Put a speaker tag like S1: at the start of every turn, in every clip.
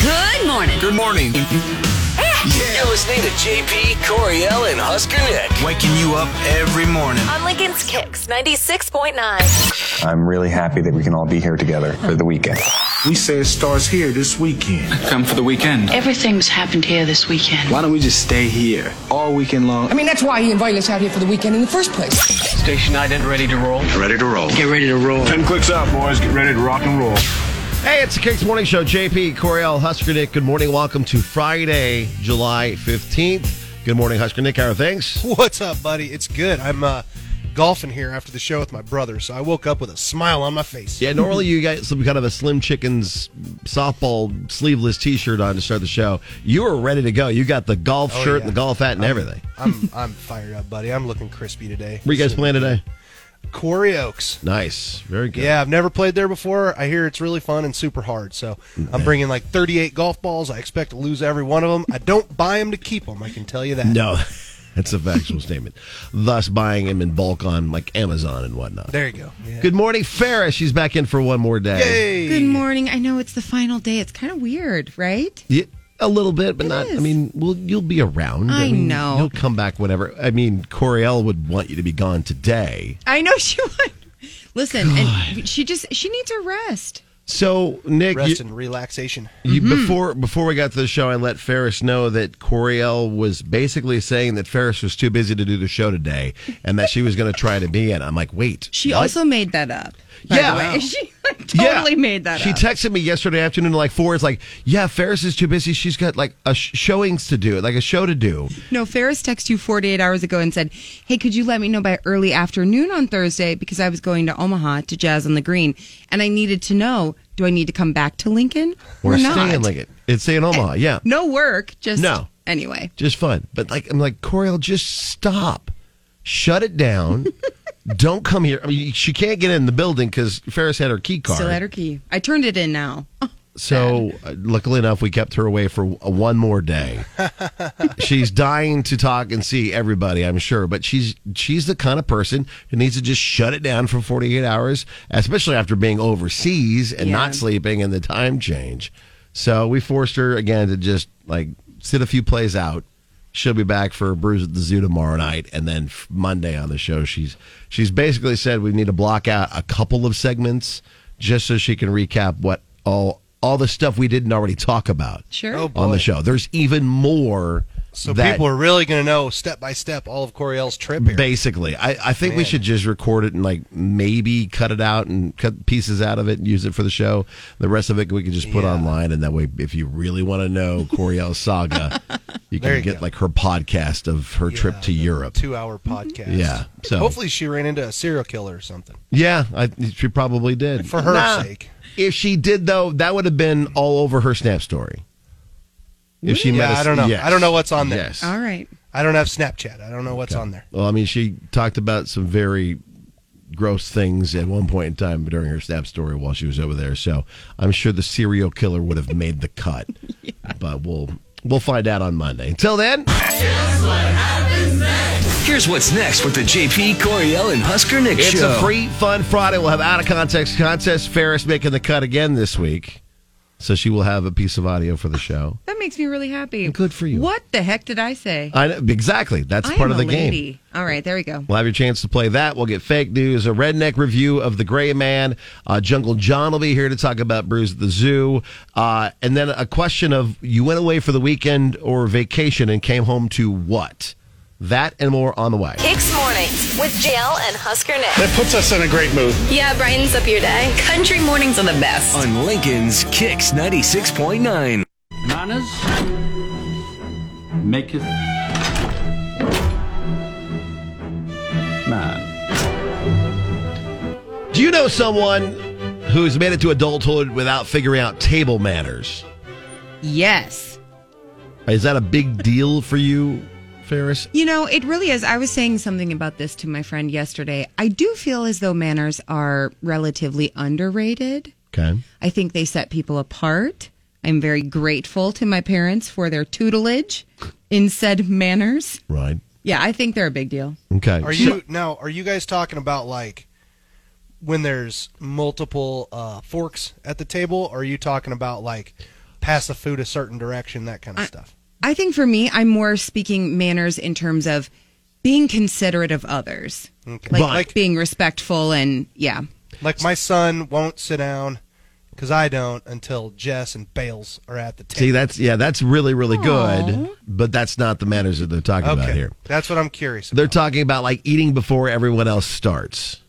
S1: Good morning.
S2: Good morning.
S3: You're listening to JP, Coriel, and Husker Nick.
S2: Waking you up every morning.
S4: On Lincoln's Kicks 96.9.
S5: I'm really happy that we can all be here together for the weekend.
S6: We say it starts here this weekend.
S7: Come for the weekend.
S8: Everything's happened here this weekend.
S7: Why don't we just stay here all weekend long?
S9: I mean, that's why he invited us out here for the weekend in the first place.
S3: Station ident ready to roll.
S6: Ready to roll.
S7: Get ready to roll.
S6: Ten clicks up, boys. Get ready to rock and roll.
S10: Hey, it's the Kicks Morning Show. JP, Coriel, Husker Nick. Good morning. Welcome to Friday, July 15th. Good morning, Husker Nick. How are things?
S11: What's up, buddy? It's good. I'm uh, golfing here after the show with my brother, so I woke up with a smile on my face.
S10: Yeah, normally you get some kind of a Slim Chickens softball sleeveless t shirt on to start the show. You were ready to go. You got the golf
S11: Oh,
S10: shirt,
S11: yeah.
S10: the golf hat, and everything.
S11: I'm I'm fired up, buddy. I'm looking crispy today.
S10: What are you guys playing today?
S11: Quarry Oaks.
S10: Nice. Very good.
S11: Yeah, I've never played there before. I hear it's really fun and super hard. So I'm bringing like 38 golf balls. I expect to lose every one of them. I don't buy them to keep them. I can tell you that.
S10: No, that's a factual statement. Thus, buying them in bulk on like Amazon and whatnot.
S11: There you go. Yeah.
S10: Good morning, Farrah. She's back in for one more day.
S11: Yay.
S12: Good morning. I know it's the final day. It's kind of weird, right?
S10: Yeah, a little bit, but
S12: It
S10: not. I
S12: is.
S10: mean, well, you'll be around.
S12: I
S10: mean,
S12: know.
S10: You'll come back whenever. I mean, Coriel would want you to be gone today.
S12: I know she would. Listen, and she just she needs her rest.
S10: So, Nick,
S11: Rest
S10: you,
S11: and relaxation.
S10: you-
S12: Mm-hmm.
S10: before before we got to the show, I let Ferris know that Coriel was basically saying that Ferris was too busy to do the show today, and that she was going to try to be in. I'm like, wait,
S12: She
S10: what?
S12: also made that up. By
S10: Yeah.
S12: the way. she
S10: Yeah.
S12: totally made that
S10: She
S12: up.
S10: texted me yesterday afternoon, like four. It's like, yeah, Ferris is too busy. She's got like a sh- showings to do, like a show to do.
S12: no, Ferris texted you 48 hours ago and said, "Hey, could you let me know by early afternoon on Thursday because I was going to Omaha to Jazz on the Green and I needed to know, do I need to come back to Lincoln or,
S10: We're
S12: not?" Eh.
S10: staying like it. It's stay in Omaha. Yeah,
S12: No work, just
S10: No.
S12: Anyway,
S10: just fun. But like, I'm like, Coriel, just stop, shut it down. Don't come here. I mean, she can't get in the building because Ferris had her key card.
S12: still at her key. I turned it in now.
S10: So, uh, luckily enough, we kept her away for uh, one more day. she's dying to talk and see everybody, I'm sure, but she's she's the kind of person who needs to just shut it down for 48 hours, especially after being overseas and
S12: Yeah.
S10: not sleeping and the time change. So, we forced her again to just like sit a few plays out. She'll be back for a bruise at the zoo tomorrow night, and then f- Monday on the show, she's she's basically said we need to block out a couple of segments just so she can recap what all all the stuff we didn't already talk about
S12: Sure.
S11: Oh, boy.
S10: on the show. There's even more.
S11: So
S10: that
S11: people are really going to know step by step all of Coriel's trip here.
S10: basically. I, I think we should just record it and like maybe cut it out and cut pieces out of it and use it for the show. The rest of it we can just put
S11: Yeah.
S10: online, and that way, if you really want to know Coriel's saga, you can
S11: There you
S10: get
S11: go.
S10: like her podcast of her trip to Europe.
S11: Two hour podcast.
S10: Yeah, so-
S11: hopefully she ran into a serial killer or something.
S10: Yeah, I, she probably did
S11: For her
S10: Nah.
S11: sake.
S10: If she did, though, that would have been all over her snap story. If she
S11: Yeah,
S10: met, a-
S11: I don't know.
S10: yes.
S11: I don't know what's on there.
S10: Yes.
S12: All right.
S11: I don't have Snapchat. I don't know what's on there.
S10: Well, I mean, she talked about some very gross things at one point in time during her snap story while she was over there. So I'm sure the serial killer would have made the cut, but we'll we'll find out on Monday. Until then,
S3: Here's what's next with the JP, Coriel, and Husker Nick
S10: it's
S3: show.
S10: a free fun Friday. We'll have out of context contest. Ferris making the cut again this week, so she will have a piece of audio for the show.
S12: That makes me really happy.
S10: Good for you.
S12: What the heck did I say?
S10: I know, exactly. That's
S12: I
S10: part
S12: am
S10: of the
S12: a
S10: game.
S12: lady. All right, there we go.
S10: We'll have your chance to play that. We'll get fake news, a redneck review of the Gray Man. Uh, Jungle John will be here to talk about Bruise at the Zoo, uh, and then a question of you went away for the weekend or vacation and came home to what? That and more on the way.
S4: Kicks Mornings with JL and Husker Nick.
S6: That puts us in a great mood.
S8: Yeah, brightens up your day.
S1: Country mornings are the best.
S3: On Lincoln's Kicks 96.9.
S7: Manners maketh man.
S10: Do you know someone who's made it to adulthood without figuring out table manners?
S12: Yes.
S10: Is that a big deal for you, Ferris?
S12: You know, it really is. I was saying something about this to my friend yesterday. I do feel as though manners are relatively underrated.
S10: Okay.
S12: I think they set people apart. I'm very grateful to my parents for their tutelage in said manners.
S10: Right.
S12: Yeah, I think they're a big deal.
S10: Okay.
S11: Are you now? Are you guys talking about like when there's multiple uh, forks at the table? Or are you talking about like pass the food a certain direction, that kind of stuff.
S12: I think for me, I'm more speaking manners in terms of being considerate of others,
S11: Okay.
S12: like,
S11: But-
S12: like being respectful and yeah.
S11: Like my son won't sit down because I don't until Jess and Bales are at the table.
S10: See, that's yeah, that's really really good, but that's not the manners that they're talking about here.
S11: That's what I'm curious.
S10: They're talking about like eating before everyone else starts.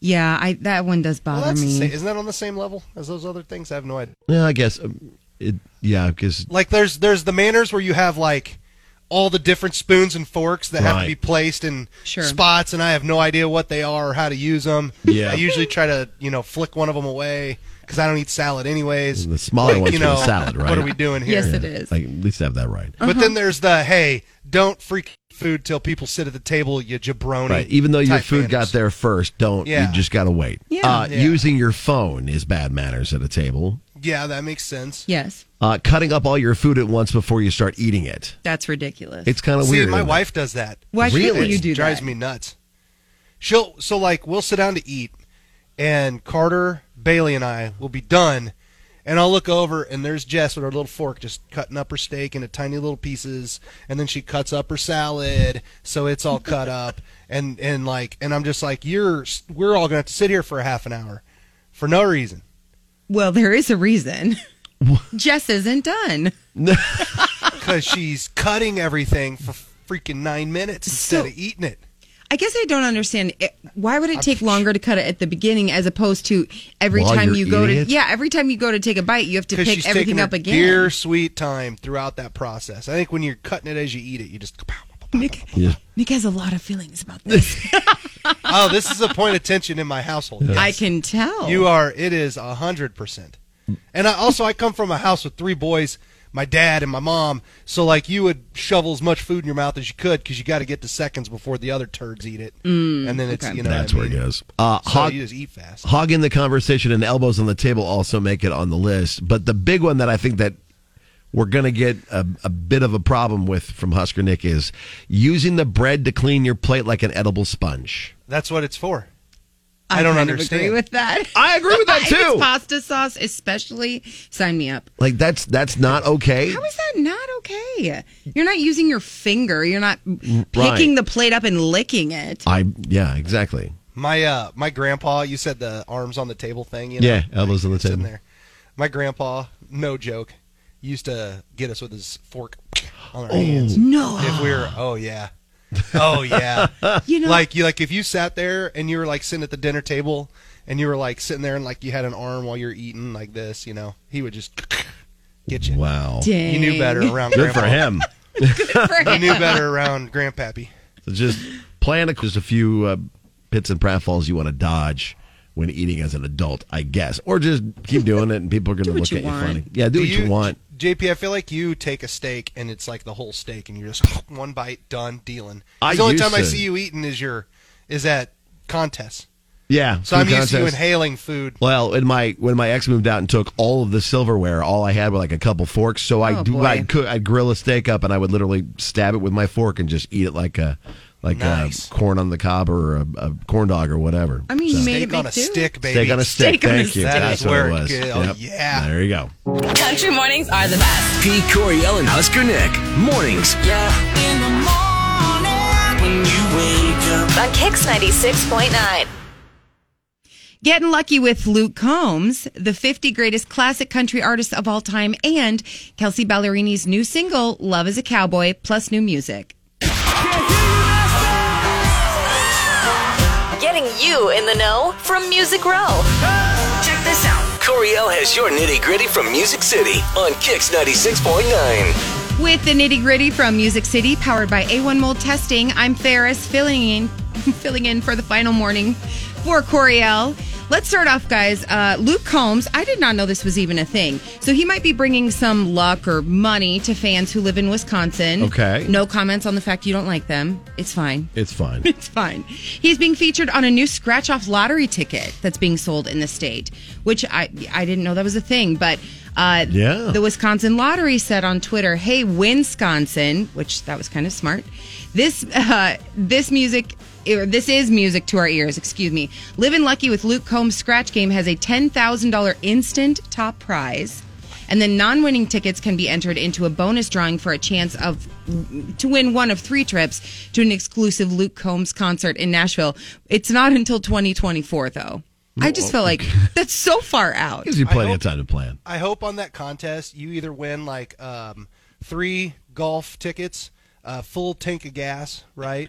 S12: Yeah, I that one does
S11: Well,
S12: bother
S11: that's the
S12: me.
S11: same. Isn't that on the same level as those other things? I have no idea.
S10: Yeah, I guess. um, It, yeah, because
S11: like there's there's the manners where you have like all the different spoons and forks that have
S10: Right.
S11: to be placed in
S12: Sure.
S11: spots and I have no idea what they are or how to use them.
S10: Yeah.
S11: I usually try to, you know, flick one of them away cuz I don't eat salad anyways.
S10: The smaller one's
S11: you
S10: for the
S11: know,
S10: salad, right?
S11: What are we doing here?
S12: Yes, it is.
S10: like at least have that right.
S11: But then there's the hey, don't freak food till people sit at the table, you jabroni.
S10: Right. Even though your
S11: type
S10: food
S11: manners.
S10: got there first, don't
S11: Yeah.
S10: you just gotta wait.
S11: Yeah.
S10: Uh,
S11: Yeah.
S10: Using your phone is bad manners at a table.
S11: Yeah, that makes sense.
S12: Yes,
S10: Uh, cutting up all your food at once before you start eating it.
S12: that's ridiculous.
S10: It's kind of
S11: See,
S10: weird.
S11: my
S10: isn't it?
S11: wife does that.
S12: Why should Really? you do
S11: It drives
S12: that?
S11: me nuts. She'll so like we'll sit down to eat, and Carter, Bailey, and I will be done, and I'll look over and there's Jess with her little fork just cutting up her steak into tiny little pieces, and then she cuts up her salad so it's all cut up, and and like and I'm just like you're we're all gonna have to sit here for a half an hour, for no reason.
S12: well, there is a reason. Jess isn't done.
S11: because she's cutting everything for freaking nine minutes instead
S12: So-
S11: of eating it.
S12: I guess I don't understand. It, why would it take longer to cut it at the beginning as opposed to every
S10: While
S12: time
S10: you're
S12: you go to
S10: eating it?
S12: yeah every time you go to take a bite you have to
S11: Because she's
S12: pick
S11: taking
S12: everything
S11: her
S12: up again.
S11: dear sweet time throughout that process. I think when you're cutting it as you eat it, you just pow, pow, pow.
S12: Nick,
S10: Yeah.
S12: Nick has a lot of feelings about this.
S11: oh, this is a point of tension in my household.
S12: I can tell.
S11: You are. It is a hundred percent. And I, also, I come from a house with three boys, my dad and my mom. So like, you would shovel as much food in your mouth as you could because you got to get to seconds before the other turds eat it,
S12: Mm,
S11: and then it's you know what I
S10: That's where it
S11: mean?
S10: goes. Uh,
S11: So
S10: hog,
S11: you just eat fast.
S10: hogging the conversation and elbows on the table also make it on the list. But the big one that I think that we're going to get a, a bit of a problem with from Husker Nick is using the bread to clean your plate like an edible sponge.
S11: That's what it's for. I, don't
S12: kind
S11: understand.
S12: Of agree with that.
S10: I agree with that,
S12: If it's
S10: too.
S12: pasta sauce, especially, sign me up.
S10: Like that's that's not okay.
S12: How is that not okay? You're not using your finger. You're not picking the plate up and licking it.
S10: I yeah exactly.
S11: My uh, my grandpa. You said the arms on the table thing. You know,
S10: Yeah, elbows on the
S11: it's in
S10: table.
S11: there. My grandpa, no joke, used to get us with his fork on our
S10: Oh,
S11: hands.
S12: No.
S11: If we were, oh yeah, oh yeah.
S12: You know,
S11: like you, like if you sat there and you were like sitting at the dinner table and you were like sitting there and like you had an arm while you're eating like this, you know, he would just get you.
S10: Wow.
S12: dang.
S11: You knew better around
S10: Good
S11: grandpa.
S10: for him.
S11: You knew better around grandpappy.
S10: So just plan a, just a few uh, pits and pratfalls you want to dodge when eating as an adult, I guess, or just keep doing it and people are going to
S12: what
S10: look
S12: you
S10: at
S12: want.
S10: you funny. Yeah, do, what you, want.
S11: JP, I feel like you take a steak and it's like the whole steak, and you're just one bite done dealing.
S10: I
S11: the only
S10: used
S11: time I
S10: to.
S11: see you eating is your is at contests.
S10: Yeah.
S11: So
S10: food
S11: I'm used to you
S10: contest.
S11: inhaling food.
S10: Well, when my when my ex moved out and took all of the silverware, all I had were like a couple forks. So I
S12: Oh,
S10: do
S12: boy.
S10: I cook I'd grill a steak up and I would literally stab it with my fork and just eat it like a like
S11: Nice.
S10: a corn on the cob or a, a corn dog or whatever.
S12: I mean, you made it
S11: Steak on
S12: make
S11: a
S12: do.
S11: stick, baby.
S10: Steak on a stick.
S12: Steak on a
S10: Thank you.
S12: stick.
S10: That's
S11: That is
S10: what
S11: where
S10: it
S11: it
S10: was.
S11: go-
S10: Yep.
S11: yeah.
S10: There you go.
S1: Country mornings are the best.
S3: P. Coriel and Husker Nick. Mornings
S1: Yeah. In the morning when you wake up.
S4: On Kicks 96.9.
S12: Getting lucky with Luke Combs, the 50 greatest classic country artists of all time, and Kelsey Ballerini's new single, Love is a Cowboy, plus new music.
S4: Getting you in the know from Music Row.
S1: Check this out.
S3: Coriel has your nitty gritty from Music City on Kix 96.9.
S12: With the nitty gritty from Music City, powered by A1 Mold Testing, I'm Ferris, filling in, filling in for the final morning for Coriel. Let's start off, guys. Uh, Luke Combs, I did not know this was even a thing. So he might be bringing some luck or money to fans who live in Wisconsin.
S10: Okay.
S12: No comments on the fact you don't like them. It's fine.
S10: It's fine.
S12: It's fine. He's being featured on a new scratch off lottery ticket that's being sold in the state, which I I didn't know that was a thing, but uh,
S10: Yeah.
S12: the Wisconsin Lottery said on Twitter, "Hey, Wisconsin," which that was kind of smart. This uh, this music. Or this is music to our ears, excuse me. Living Lucky with Luke Combs Scratch Game has a $10,000 instant top prize. And then non-winning tickets can be entered into a bonus drawing for a chance of to win one of three trips to an exclusive Luke Combs concert in Nashville. It's not until 2024 though. I just feel like that's so far out.
S10: Gives you plenty of time to plan.
S11: I hope on that contest you either win like um, three golf tickets, a full tank of gas, right?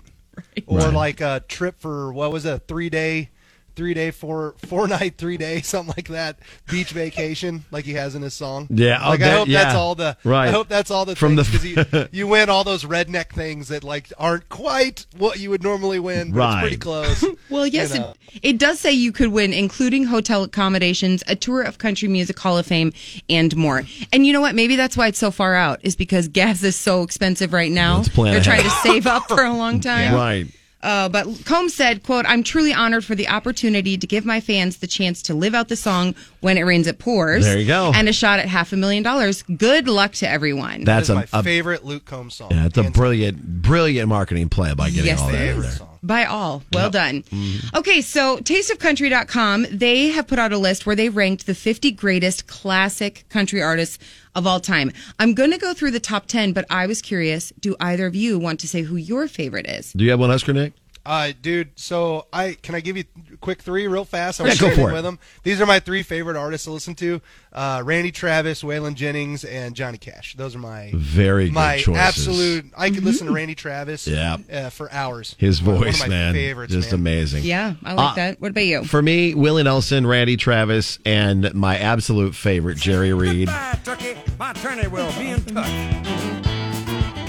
S11: Or
S10: Right.
S11: like a trip for what was it, a three day, three day, four four night, three day, something like that, beach vacation, like he has in his song.
S10: Yeah, I'll
S11: like I
S10: bet-
S11: hope that's
S10: yeah.
S11: all the.
S10: Right.
S11: I hope that's all the
S10: From
S11: From
S10: the-
S11: the you, you win all those redneck things that like aren't quite what you would normally win, but it's pretty
S10: Right.
S11: close.
S12: Well, yes,
S11: know.
S12: it, it does say you could win, including hotel accommodations, a tour of Country Music Hall of Fame, and more. And you know what? Maybe that's why it's so far out, is because gas is so expensive right now.
S10: Let's plan
S12: They're
S10: ahead.
S12: trying to save up for a long time.
S10: Right.
S12: Uh, but Combs said, quote, I'm truly honored for the opportunity to give my fans the chance to live out the song When It Rains It Pours.
S10: There you go.
S12: And a shot at half a million dollars. Good luck to everyone.
S10: That's
S11: That
S10: a,
S11: is my
S10: a
S11: favorite Luke Combs song.
S10: yeah, it's a
S11: Hands down.
S10: brilliant, brilliant marketing plan by getting
S12: Yes,
S10: all
S12: it
S10: that in
S12: is.
S10: there.
S12: By all. Well done.
S10: Mm-hmm.
S12: Okay, so tasteofcountry.com, they have put out a list where they ranked the 50 greatest classic country artists of all time. I'm going to go through the top 10, but I was curious do either of you want to say who your favorite is?
S10: Do you have one, Husker Nick?
S11: Uh, dude, so I can I give you quick three real fast? I
S10: Yeah, go
S11: sharing
S10: for it.
S11: with them. These are my three favorite artists to listen to: uh, Randy Travis, Waylon Jennings, and Johnny Cash. Those are my
S10: Very good
S11: my
S10: choices. Mm-hmm.
S11: absolute. I could listen to Randy Travis,
S10: Yeah.
S11: uh, for hours.
S10: His
S11: One of
S10: voice,
S11: my
S10: man,
S11: favorites,
S10: just
S11: man.
S10: amazing.
S12: Yeah, I like
S10: Uh,
S12: that. What about you?
S10: For me, Willie Nelson, Randy Travis, and my absolute favorite, Jerry Reed.
S1: Bye, Turkey. My attorney will be in touch.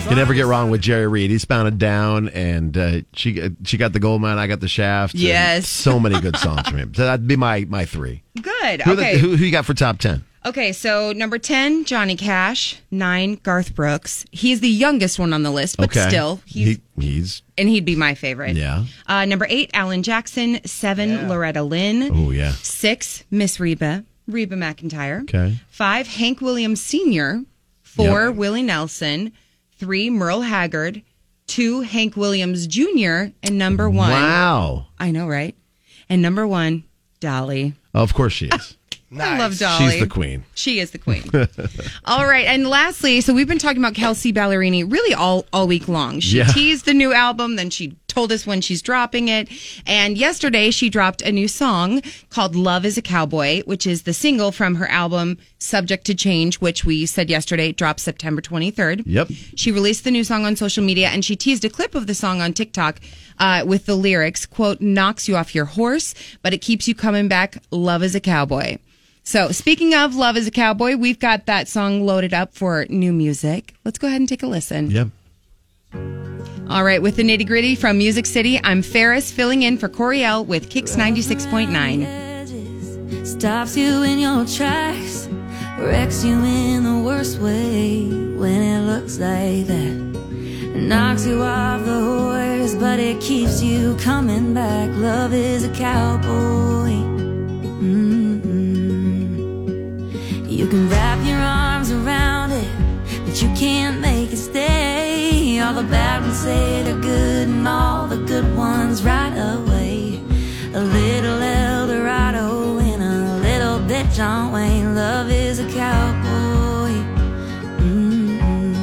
S10: Can never get wrong with Jerry Reed. He's pounded down, and uh, she uh, she got the gold mine. I got the shaft. and
S12: Yes.
S10: so many good songs from him. So that'd be my my three.
S12: Good.
S10: Who, the-
S12: okay.
S10: who, who you got for top ten?
S12: Okay, so number 10, Johnny Cash. Nine, Garth Brooks. He's the youngest one on the list, but
S10: Okay,
S12: still, he's,
S10: he, he's
S12: and he'd be my favorite.
S10: yeah.
S12: Uh, number eight, Alan Jackson. Seven, Loretta Lynn.
S10: Oh yeah.
S12: Six, Miss Reba, Reba McIntyre.
S10: Okay.
S12: Five, Hank Williams Sr. Four,
S10: Yep.
S12: Willie Nelson. Three, Merle Haggard. Two, Hank Williams Jr. And number one,
S10: Wow.
S12: I know, right? And number one, Dolly.
S10: Of course she is.
S12: I
S11: Nice.
S12: love Dolly.
S10: She's the queen.
S12: She is the queen. all right, and lastly, so we've been talking about Kelsey Ballerini really all all week long. She
S10: Yeah.
S12: teased the new album, then she told us when she's dropping it, and yesterday she dropped a new song called "Love Is a Cowboy," which is the single from her album "Subject to Change," which we said yesterday drops September twenty third.
S10: Yep.
S12: She released the new song on social media and she teased a clip of the song on TikTok uh, with the lyrics, quote, knocks you off your horse, but it keeps you coming back. Love is a cowboy. So, speaking of Love is a Cowboy, we've got that song loaded up for new music. Let's go ahead and take a listen.
S10: Yep.
S12: All right, with the nitty gritty from Music City, I'm Ferris filling in for Coriel with Kicks 96.9.
S13: Stops you in your tracks, wrecks you in the worst way when it looks like that. Knocks you off the horse, but it keeps you coming back. Love is a cowboy. Mm-hmm. mm You can wrap your arms around it, but you can't make it stay. All the bad ones say they're good, and all the good ones right away. A little Eldorado and a little bit John Wayne. Love is a cowboy. mm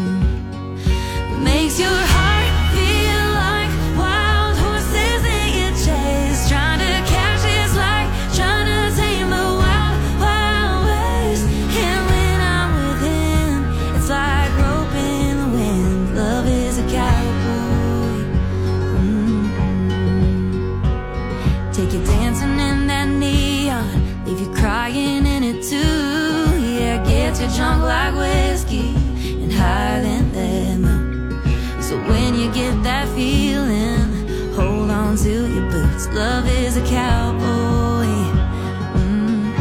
S13: Makes your heart feel like wild horses in your chase. Trying to catch is like trying to tame the wild, wild west. And when I'm with him, it's like rope in the wind. Love is a cowboy. Mm-hmm. Take you dancing in that neon, leave you crying in it too. Yeah, get you drunk like whiskey and higher than that moon. So when you get that feeling, hold on to your boots. Love is a cowboy. Mm-hmm.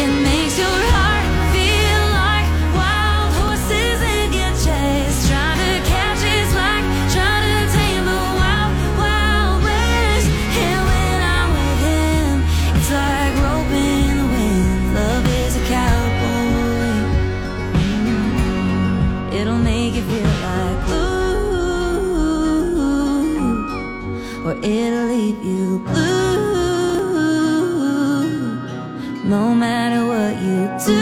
S13: It makes your heart feel like wild horses in your chest. Trying to catch is like trying to tame the wild, wild west. And when I'm with him, it's like rope in the wind. Love is a cowboy. Mm. It'll make you feel like ooh, or it'll leave you blue no matter what you do.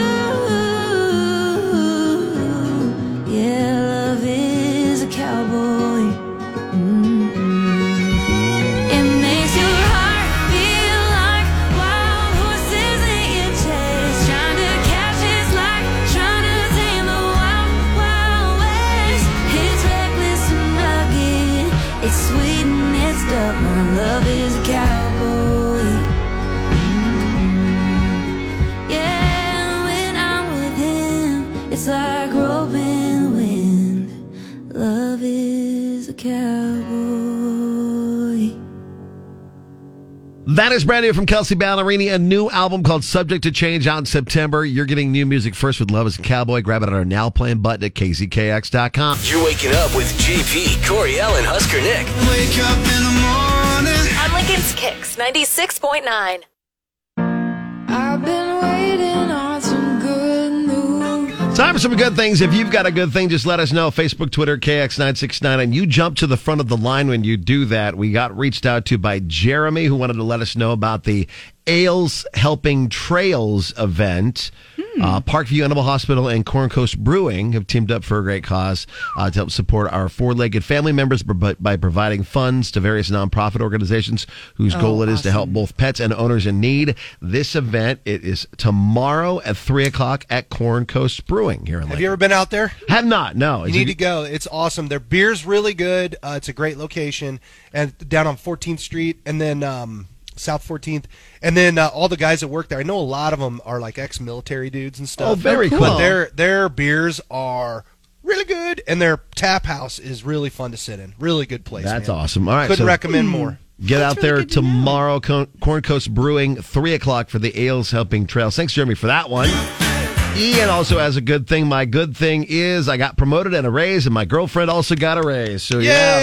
S13: It's like roping wind. Love is a cowboy.
S10: That is brand new from Kelsey Ballerini, a new album called Subject to Change out in September. You're getting new music first with Love is a Cowboy. Grab it on our now playing button at kzkx.com.
S3: You're waking up with JP, Coriel, and Husker Nick. Wake up in the morning.
S4: On Lincoln's Kicks 96.9.
S13: I've been waiting on some good news.
S10: Time for some good things. If you've got a good thing, just let us know. Facebook, Twitter, KX969. And you jump to the front of the line when you do that. We got reached out to by Jeremy, who wanted to let us know about the Ales Helping Trails event. Uh, Parkview Animal Hospital and Corn Coast Brewing have teamed up for a great cause uh, to help support our four legged family members by by providing funds to various nonprofit organizations whose
S14: Oh,
S10: goal it is to help both pets and owners in need. This event it is tomorrow at three o'clock at Corn Coast Brewing here in
S11: Have
S10: Lincoln.
S11: you ever been out there?
S10: Have not. No.
S11: You
S10: Is
S11: need
S10: it- e-
S11: to go. It's awesome. Their beer's really good. Uh, it's a great location, and down on 14th Street, and then um, South 14th, and then uh, all the guys that work there. I know a lot of them are like ex-military dudes and stuff.
S10: Oh, very Oh, cool.
S11: But their their beers are really good, and their tap house is really fun to sit in. Really good place.
S10: That's
S11: man.
S10: awesome. All right,
S11: couldn't
S10: so-
S11: recommend more.
S10: Get out there tomorrow, Co- Corn Coast Brewing, 3 o'clock for the Ales Helping Trails. Thanks, Jeremy, for that one. Ian also has a good thing. My good thing is I got promoted and a raise, and my girlfriend also got a raise. So, yeah.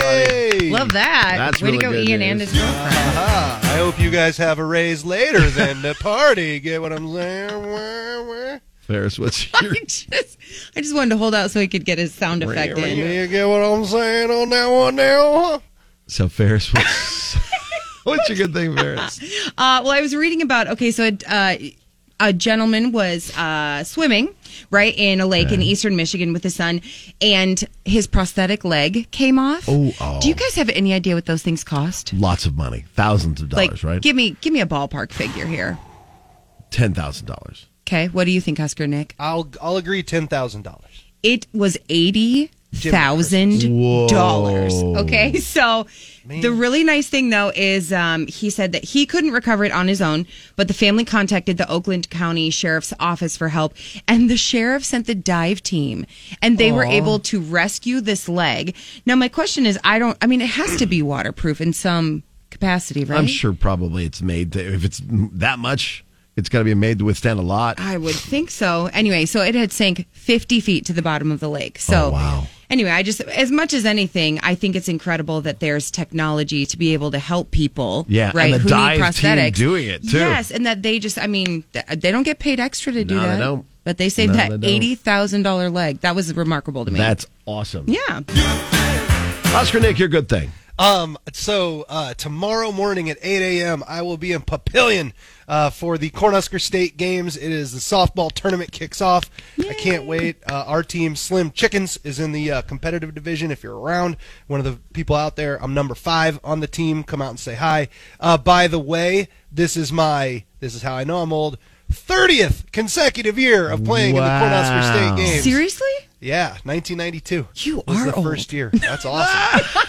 S10: buddy.
S12: Love that.
S10: That's
S12: Way
S10: really
S12: to go,
S10: good
S12: Ian
S10: news.
S12: and his girlfriend.
S11: Aha. I hope you guys have a raise later than the party. Get what I'm saying? Wah, wah.
S10: Ferris, what's your.
S12: I just, I just wanted to hold out so he could get his sound effect in.
S11: You get what I'm saying on that one now?
S10: So, Ferris, what's, what's your good thing, Ferris?
S12: Uh, well, I was reading about okay, so a, uh, a gentleman was uh, swimming right in a lake in eastern Michigan with his son, and his prosthetic leg came off.
S10: Oh, oh.
S12: Do you guys have any idea what those things cost?
S10: Lots of money. Thousands of dollars,
S12: like,
S10: right?
S12: give me give me a ballpark figure here.
S10: $10,000.
S12: Okay, what do you think, Husker Nick?
S11: I'll I'll agree ten thousand dollars.
S12: It was eighty thousand dollars.
S11: Whoa.
S12: Okay, so
S11: Man.
S12: the really nice thing though is um, he said that he couldn't recover it on his own, but the family contacted the Oakland County Sheriff's Office for help, and the sheriff sent the dive team, and they were
S15: Aw.
S12: able to rescue this leg. Now my question is, I don't. I mean, it has to be waterproof in some capacity, right?
S10: I'm sure probably it's made, to, if it's that much, it's got to be made to withstand a lot.
S12: I would think so. Anyway, so it had sank 50 feet to the bottom of the lake.
S10: Oh,
S12: So, wow. Anyway, I just, as much as anything, I think it's incredible that there's technology to be able to help people.
S10: Yeah, and
S12: right.
S10: the
S12: who
S10: dive
S12: need prosthetics.
S10: team doing it, too.
S12: Yes, and that they just, I mean, th- they don't get paid extra to do
S10: No, they
S12: that.
S10: don't.
S12: But they saved
S10: No,
S12: that
S10: they don't.
S12: eighty thousand dollar leg. That was remarkable to me.
S10: That's awesome.
S12: yeah.
S10: Oscar Nick, your good thing.
S11: Um, so uh, tomorrow morning at 8 a.m., I will be in Papillion uh, for the Cornhusker State Games. It is the softball tournament kicks off. I can't wait. Uh, our team, Slim Chickens, is in the uh, competitive division. If you're around, one of the people out there, I'm number five on the team. Come out and say hi. Uh, by the way, this is my, this is how I know I'm old, 30th consecutive year of playing in the Cornhusker State Games.
S12: Seriously?
S11: Yeah, 1992. You
S12: are
S11: the
S12: old.
S11: first year. That's awesome.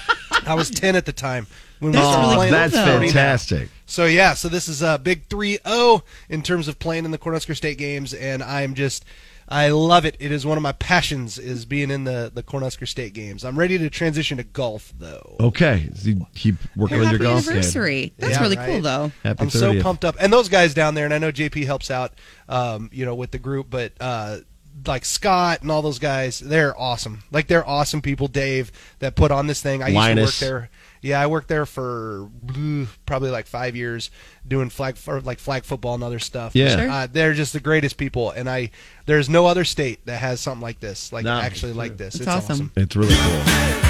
S11: I was 10 at the time when we
S10: That's
S11: started
S10: really
S11: playing.
S10: cool, Oh, That's though.
S11: 30 now.
S10: fantastic.
S11: So yeah, so this is a big 3-0 in terms of playing in the Cornhusker State games, and I'm just. I love it. It is one of my passions is being in the the Cornhusker State games. I'm ready to transition to golf though.
S10: Okay. So you keep working on your golf game.
S11: Yeah, right.
S10: Happy
S11: I'm so
S10: 30th.
S11: pumped up. And those guys down there, and I know JP helps out, um, you know, with the group, but uh, like Scott and all those guys, they're awesome. Like they're awesome people. Dave that put on this thing. I used
S10: Linus.
S11: to work there. Yeah, I worked there for bleh, probably like five years doing flag for like flag football and other stuff.
S10: Yeah. Sure.
S11: uh, they're just the greatest people, and I there's no other state that has something like this, like
S10: No.
S11: actually like this.
S10: That's
S11: it's awesome.
S10: It's really cool.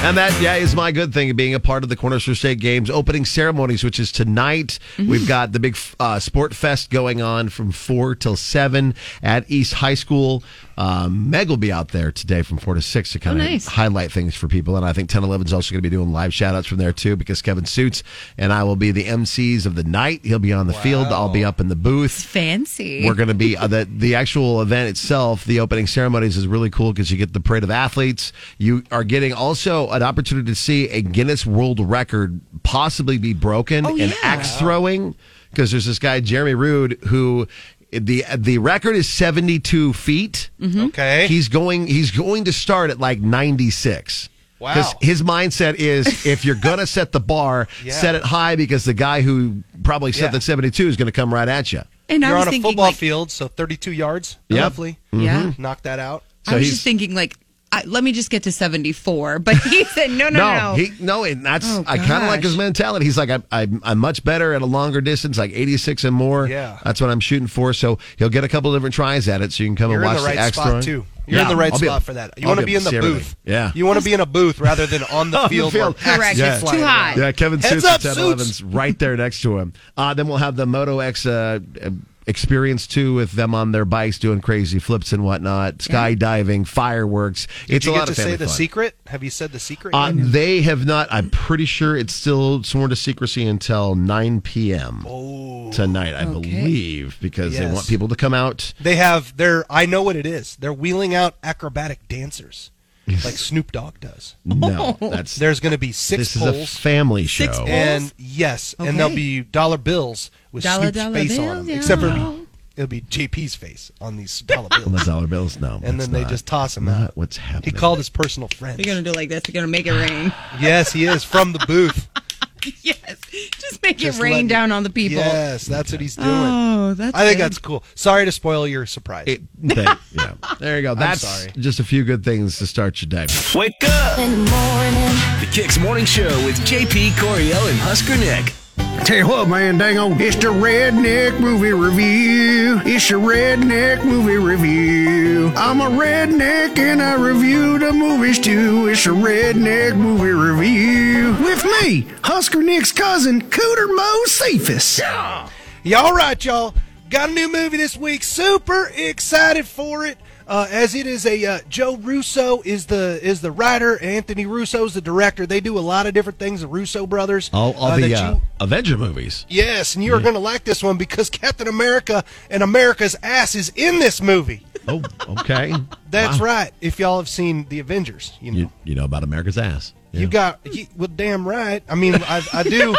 S10: And that, yeah, is my good thing being a part of the Cornerstone State Games opening ceremonies, which is tonight. We've got the big uh, sport fest going on from 4 till 7 at East High School. Um, Meg will be out there today from 4 to 6 to kind
S14: Oh,
S10: of
S14: nice.
S10: highlight things for people. And I think 10 11 is also going to be doing live shout outs from there, too, because Kevin Suits and I will be the MCs of the night. He'll be on the field. I'll be up in the booth.
S12: Fancy.
S10: We're going to be uh, the the actual event itself. The opening ceremonies is really cool because you get the parade of athletes. You are getting also an opportunity to see a Guinness World Record possibly be broken
S14: Oh,
S10: in
S14: yeah.
S10: axe throwing because there's this guy Jeremy Rude who the the record is 72 feet.
S14: Mm-hmm.
S11: Okay.
S10: He's going he's going to start at like 96.
S11: Wow.
S10: his mindset is if you're going to set the bar,
S11: Yeah.
S10: set it high because the guy who probably set
S11: Yeah.
S10: the 72 is going to come right at you.
S14: And I
S11: You're
S14: was
S11: on a
S14: thinking,
S11: football
S14: like-
S11: field, so 32 yards,
S10: Yep.
S11: roughly.
S10: Mm-hmm.
S14: Yeah.
S11: Knock that out.
S14: I was just thinking, like, I, let me just get to 74. But he said, no, no, no.
S10: he no, and that's
S14: Oh,
S10: I kind of like
S14: gosh.
S10: his mentality. He's like I, I, I'm much better at a longer distance, like 86 and more.
S11: Yeah.
S10: that's what I'm shooting for. So he'll get a couple different tries at it, so you can come
S11: You're
S10: and
S11: in
S10: watch
S11: the right
S10: axe
S11: spot,
S10: throwing.
S11: too. You're in
S10: Yeah,
S11: the right
S10: I'll
S11: spot
S10: able-
S11: for that. You
S10: I'll
S11: want to be in
S10: able
S11: the
S10: to see everything.
S11: booth.
S10: Yeah,
S11: You want to be in a booth rather than on the field. where axes
S10: Yeah.
S11: flying around.
S10: Yeah, Kevin
S11: Heads
S10: Suits
S11: up,
S10: at
S11: suits.
S10: 7-Eleven's right there next to him. Uh, then we'll have the Moto X uh, uh, experience too, with them on their bikes doing crazy flips and whatnot, skydiving, fireworks.
S11: Mm-hmm. Did
S10: it's
S11: you
S10: a
S11: get
S10: lot
S11: to
S10: of
S11: say
S10: family
S11: the
S10: fun.
S11: secret? Have you said the secret?
S10: Uh,
S11: yet?
S10: they have not. I'm pretty sure it's still sworn to secrecy until 9 p.m. tonight, I believe, because they
S11: Oh. Yes.
S10: want people to come out.
S11: They have their. I know what it is. They're wheeling out acrobatic dancers, like Snoop Dogg does.
S10: No, that's
S11: There's going to be six
S10: this is a
S11: poles.
S10: family show.
S11: And yes, and there'll
S14: Okay.
S11: be dollar bills with
S14: Dollar,
S11: Snoop's
S14: dollar
S11: face on
S14: bills,
S11: them,
S14: yeah.
S11: except for it'll be JP's face on these dollar bills.
S10: On the dollar bills, no.
S11: and
S10: that's
S11: then they
S10: not-
S11: just toss him
S10: not
S11: out.
S10: What's happening?
S11: He called his personal friend.
S14: They're going to do like this. They're going to make it rain.
S11: Yes, he is from the booth.
S14: just make
S11: Just
S14: it rain
S11: let-
S14: down on the people.
S11: Yes, that's what he's doing.
S14: Oh, that's
S11: I think
S14: good.
S11: that's cool. Sorry to spoil your surprise.
S10: Thank- yeah. There you go.
S11: I'm
S10: That's
S11: sorry.
S10: just a few good things to start your day.
S3: Wake up in the morning. The Kicks Morning Show with JP Coriel and Husker Nick.
S2: Tell you what, man, dang on. It's the Redneck Movie Review. It's the Redneck Movie Review. I'm a redneck and I review the movies too. It's a Redneck Movie Review. With me, Husker Nick's cousin, Cooter Mo Cephas.
S11: Y'all right, y'all. Got a new movie this week. Super excited for it. Uh, as it is a uh, Joe Russo is the is the writer. Anthony Russo is the director. They do a lot of different things. The Russo brothers.
S10: All, all
S11: uh, that
S10: the
S11: you-
S10: uh, Avenger movies.
S11: yes, and you are going to like this one because Captain America and America's ass is in this movie.
S10: Oh, okay.
S11: That's
S10: Wow.
S11: right. If y'all have seen the Avengers, you know
S10: You, you know about America's ass. Yeah.
S11: you got you, well. Damn right. I mean, I, I do.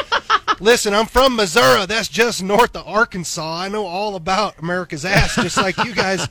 S11: Listen, I'm from Missouri. That's just north of Arkansas. I know all about America's ass, just like you guys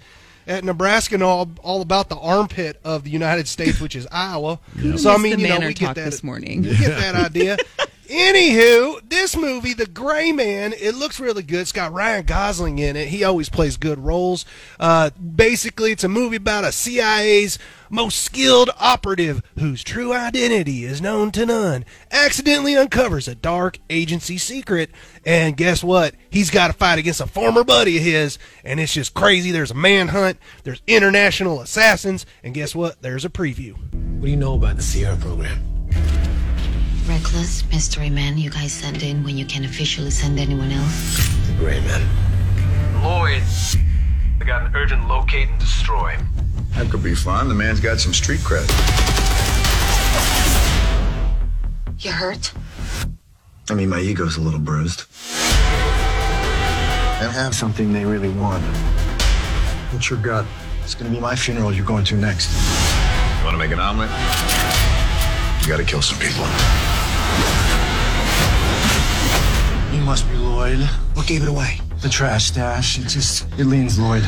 S11: at Nebraska know all, all about the armpit of the United States, which is Iowa. So I
S14: missed
S11: mean,
S14: the
S11: you know,
S14: manner
S11: we
S14: talk
S11: get that
S14: this morning.
S11: We get that idea. Anywho, this movie, The Gray Man, it looks really good. It's got Ryan Gosling in it. He always plays good roles. Uh, basically, it's a movie about a CIA's most skilled operative whose true identity is known to none accidentally uncovers a dark agency secret. And guess what? He's got to fight against a former buddy of his. And it's just crazy. There's a manhunt, there's international assassins. And guess what? There's a preview.
S15: What do you know about the Sierra program?
S16: Reckless mystery man you guys send in when you can officially send anyone else.
S15: The gray man.
S17: Lloyd, I got an urgent locate and destroy.
S18: That could be fun. The man's got some street cred.
S16: You hurt?
S18: I mean, my ego's a little bruised. They'll have something they really want. What's your gut? It's gonna be my funeral you're going to next.
S17: You want to make an omelet?
S18: You gotta kill some people. You must be Lloyd. What gave it away? The trash stash. It just, it leans Lloyd.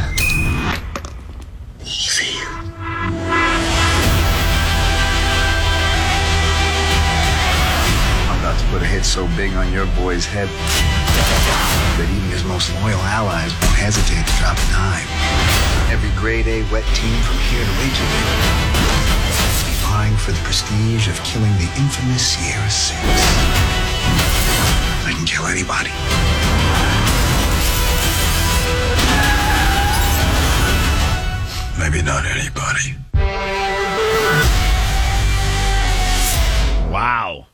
S18: I'm about to put a hit so big on your boy's head that even his most loyal allies won't hesitate to drop a dime. Every grade A wet team from here to Rachel is vying for the prestige of killing the infamous Sierra Six. I can kill anybody. Maybe not anybody.
S10: Wow.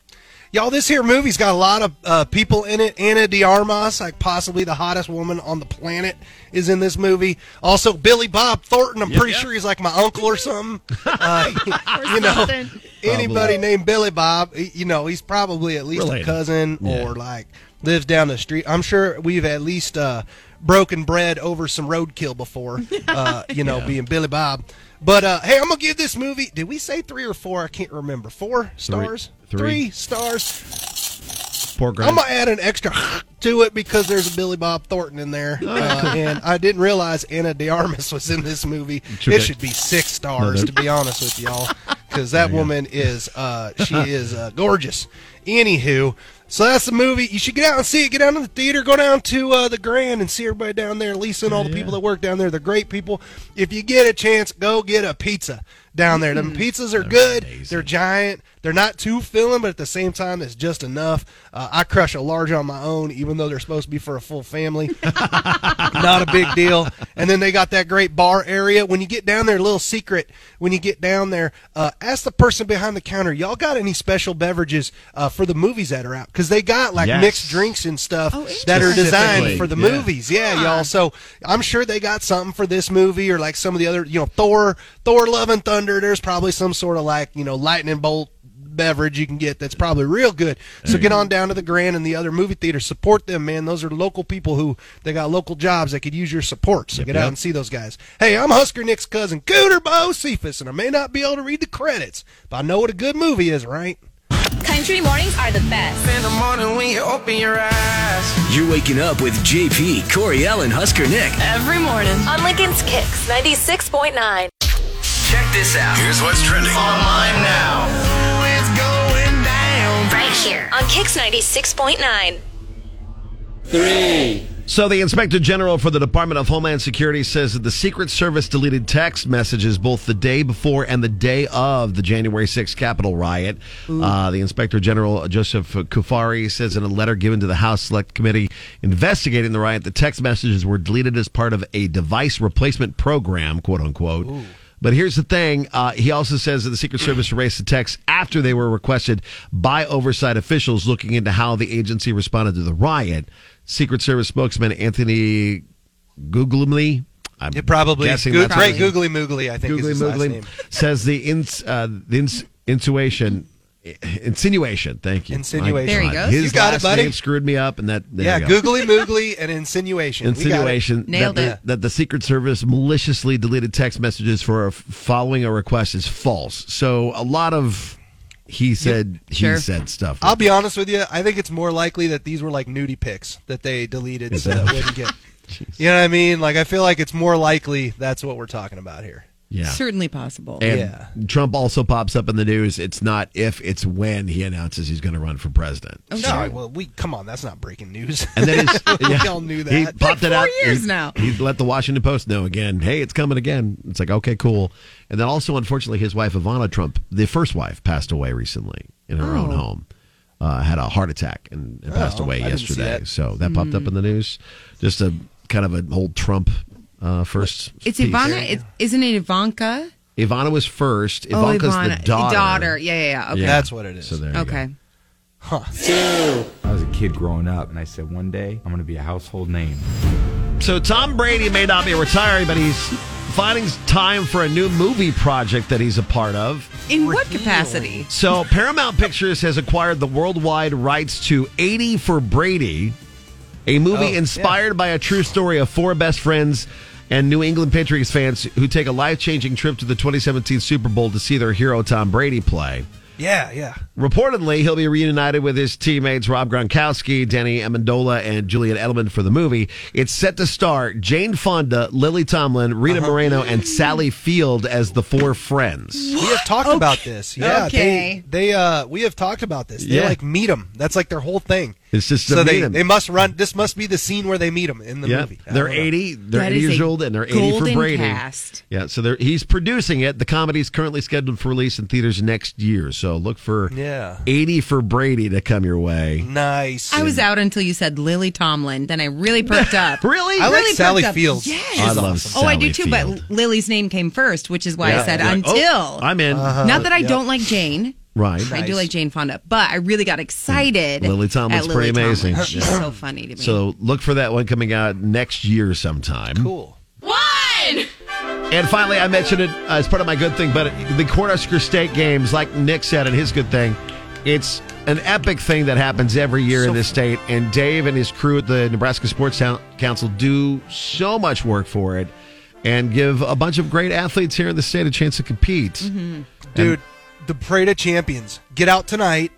S11: Y'all, this here movie's got a lot of uh, people in it. Anna DiArmas, like possibly the hottest woman on the planet, is in this movie. Also, Billy Bob Thornton. I'm
S19: Yep,
S11: pretty
S19: yep.
S11: sure he's like my uncle or something. Uh, you know,
S19: something.
S11: anybody named Billy Bob, y- you know, he's probably at least
S19: Related.
S11: a cousin or like lives down the street. I'm sure we've at least uh, broken bread over some roadkill before. Uh, you know,
S20: Yeah.
S11: being Billy Bob. But uh, hey, I'm gonna give this movie. Did we say three or four? I can't remember. Four stars.
S20: Three.
S11: Three stars.
S10: Pork
S11: I'm gonna add an extra to it because there's a Billy Bob Thornton in there, uh, and I didn't realize Anna De Armas was in this movie.
S10: Should
S11: it
S10: be-
S11: should be six
S10: No,
S11: stars,
S10: no.
S11: to be honest with y'all, because that woman is uh, she is uh, gorgeous. Anywho, so that's the movie. You should get out and see it. Get down to the theater. Go down to uh, the Grand and see everybody down there. Lisa and all the people that work down there. They're great people. If you get a chance, go get a pizza down there. Them pizzas are good. They're giant. They're not too filling, but at the same time, it's just enough. Uh, I crush a large on my own, even though they're supposed to be for a full family. not a big deal. And then they got that great bar area. When you get down there, little secret. When you get down there, uh, ask the person behind the counter, y'all got any special beverages uh, for the movies that are out? Because they got like
S19: Yes.
S11: mixed drinks and stuff that are designed
S19: Specifically,
S11: for the
S19: yeah. Uh-huh.
S11: movies. Yeah, y'all. So I'm sure they got something for this movie or like some of the other, you know, Thor, Thor, Love and Thunder. There's probably some sort of like you know lightning bolt beverage you can get that's probably real good. So get on down to the Grand and the other movie theaters. Support them, man. Those are local people who they got local jobs that could use your support. So get out
S19: yep.
S11: and see those guys. Hey, I'm Husker Nick's cousin, Cooter Bo Cephas, and I may not be able to read the credits, but I know what a good movie is, right?
S20: Country mornings are the best.
S1: In the morning when you open your eyes.
S3: You're waking up with JP, Coriel, and Husker Nick.
S4: Every morning. On Lincoln's Kicks 96.9.
S3: Check this out.
S1: Here's what's trending online now. Ooh, it's going down.
S4: Right here. On Kicks 96.9.
S10: Three. So the Inspector General for the Department of Homeland Security says that the Secret Service deleted text messages both the day before and the day of the January 6th Capitol riot. Uh, the Inspector General Joseph Kufari says in a letter given to the House Select Committee investigating the riot, the text messages were deleted as part of a device replacement program, quote unquote. But here's the thing. Uh, he also says that the Secret Service erased the texts after they were requested by oversight officials looking into how the agency responded to the riot. Secret Service spokesman Anthony Googlimly. I'm
S11: Probably
S10: guessing
S11: Goo-
S10: that's
S11: great
S10: his-
S11: googly moogly, I think
S10: Googly
S11: is his last
S10: Moogly
S11: name.
S10: says the ins, uh, the ins, intuation. Insinuation, thank you. My
S11: Insinuation. There he
S10: God.
S11: goes.
S10: His
S11: You got it,
S10: last
S11: buddy.
S10: name screwed me up, and that there
S11: yeah,
S10: you go
S11: googly moogly and insinuation. We got it.
S10: insinuation that, The, that the Secret Service maliciously deleted text messages for following a request is false. So a lot of he said he
S11: sure.
S10: said stuff.
S11: I'll be honest with you. I think it's more likely that these were like nudie pics that they deleted so that wouldn't get. You know what I mean? Like I feel like it's more likely that's what we're talking about here.
S10: Yeah.
S14: Certainly possible.
S10: And Trump also pops up in the news. It's not if, it's when he announces he's going to run for president.
S11: Oh,
S10: So-
S11: no, well, we come on. That's not breaking news.
S10: And then his,
S11: we
S10: yeah,
S11: all knew that.
S10: He popped it out.
S11: years
S10: he,
S11: now.
S10: He let the Washington Post know again. Hey, it's coming again. It's like okay, cool. And then also, unfortunately, his wife Ivana Trump, the first wife, passed away recently in her own
S19: Oh.
S10: home. Uh, had a heart attack and, and passed
S19: Oh,
S10: away
S19: I didn't see
S10: yesterday.
S19: that.
S10: So that popped up in the news. Just a kind of an old Trump uh, first.
S14: It's
S10: piece.
S14: Ivana, it's, isn't it Ivanka? Oh,
S10: Ivana was first.
S12: Oh,
S10: Ivanka's
S14: Ivana,
S10: the daughter.
S14: Yeah, yeah, yeah. Okay.
S10: That's what it is. So there you
S14: okay.
S11: Huh.
S21: I was a kid growing up, and I said, one day I'm going to be a household name.
S10: So Tom Brady may not be retiring, but he's finding time for a new movie project that he's a part of.
S14: In what capacity?
S10: So Paramount Pictures has acquired the worldwide rights to 80 for Brady, a movie
S19: Oh, yeah.
S10: inspired by a true story of four best friends and New England Patriots fans who take a life-changing trip to the 2017 Super Bowl to see their hero Tom Brady play.
S11: Yeah, yeah.
S10: Reportedly, he'll be reunited with his teammates Rob Gronkowski, Danny Amendola, and Julian Edelman for the movie. It's set to star Jane Fonda, Lily Tomlin, Rita
S11: Uh-huh.
S10: Moreno, and Sally Field as the four friends.
S11: We have talked about this. Yeah,
S14: Okay.
S11: they, they uh we have talked about this. They
S10: Yeah.
S11: like meet him. That's like their whole thing.
S10: It's just
S11: So
S10: to
S11: they,
S10: meet 'em.
S11: they must run. This must be the scene where they meet him in the
S10: yeah,
S11: movie. I
S10: they're
S11: don't know.
S10: 80. They're
S11: That
S10: 80
S11: is
S10: years
S11: a
S10: old, and they're 80 for
S11: golden
S10: Brady.
S11: cast.
S10: Yeah, so they're, he's producing it. The comedy is currently scheduled for release in theaters next year. So look for
S11: Yeah.
S10: 80 for Brady to come your way.
S11: Nice.
S14: I was out until you said Lily Tomlin. Then I really perked up.
S10: really?
S11: I like
S14: perked
S11: Sally
S14: up.
S11: Fields.
S14: Yes.
S11: She's I love
S10: awesome.
S14: Oh, I do
S10: Sally
S14: too,
S10: Field.
S14: but Lily's name came first, which is why
S10: Yeah,
S14: I said
S10: you're like, oh,
S14: until.
S10: I'm in. Uh-huh.
S14: Not that I
S10: Yep.
S14: don't like Jane.
S10: Right.
S14: I do
S10: Nice. Mm.
S14: like Jane Fonda, but I really got excited.
S10: Lily Tomlin's
S14: at Lily
S10: pretty amazing.
S14: Tomlin. She's
S10: Yeah.
S14: so funny to me.
S10: So look for that one coming out next year sometime.
S11: Cool.
S10: And finally, I mentioned it as part of my good thing, but the Cornhusker State games, like Nick said in his good thing, it's an epic thing that happens every year in this state. And Dave and his crew at the Nebraska Sports Town- Council do so much work for it and give a bunch of great athletes here in the
S11: Mm-hmm.
S10: state a chance to compete.
S11: Dude, the Parade of Champions. Get out tonight.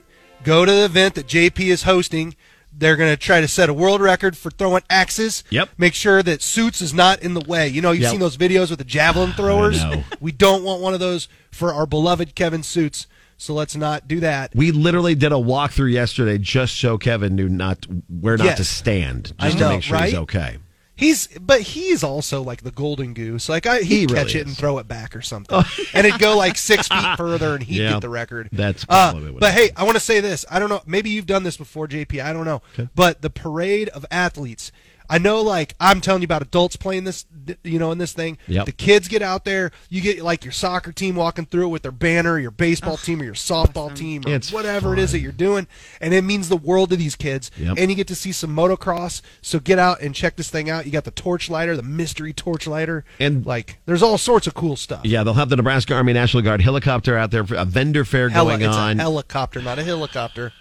S11: Go to the event that JP is hosting. They're going to try to set a world record for throwing axes.
S10: Yep.
S11: Make sure that Suits is not in the way. You know, you've
S10: Yep.
S11: seen those videos with the javelin throwers.
S10: know.
S11: we don't want one of those for our beloved Kevin Suits. So let's not do that.
S10: We literally did a walkthrough yesterday just so Kevin knew not where not to
S11: Yes.
S10: stand,
S11: I
S10: just
S11: know,
S10: to make sure he's
S11: right?
S10: okay.
S11: He's, but he's also like the golden goose. Like I, he'd
S10: He
S11: catch
S10: really Oh.
S11: it and throw it back or something, and it'd go like six feet further, and he'd
S10: Yeah.
S11: get the record.
S10: That's
S11: Uh,
S10: probably what
S11: but hey, I want to say this. I don't know. Maybe you've done this before, JP. I don't know. But the parade of athletes. I know, like I'm telling you about adults playing this, you know, in this thing.
S10: Yep.
S11: The kids get out there. You get like your soccer team walking through with their banner, your baseball team or your softball team or
S10: It's
S11: whatever it is that you're doing, and it means the world to these kids.
S10: Yep.
S11: And you get to see some motocross. So get out and check this thing out. You got the torch lighter, the mystery torch lighter, and like there's all sorts of cool stuff.
S10: Yeah, they'll have the Nebraska Army National Guard helicopter out there, for a vendor fair
S11: Heli-
S10: going
S11: it's
S10: on.
S11: a helicopter, not a helicopter.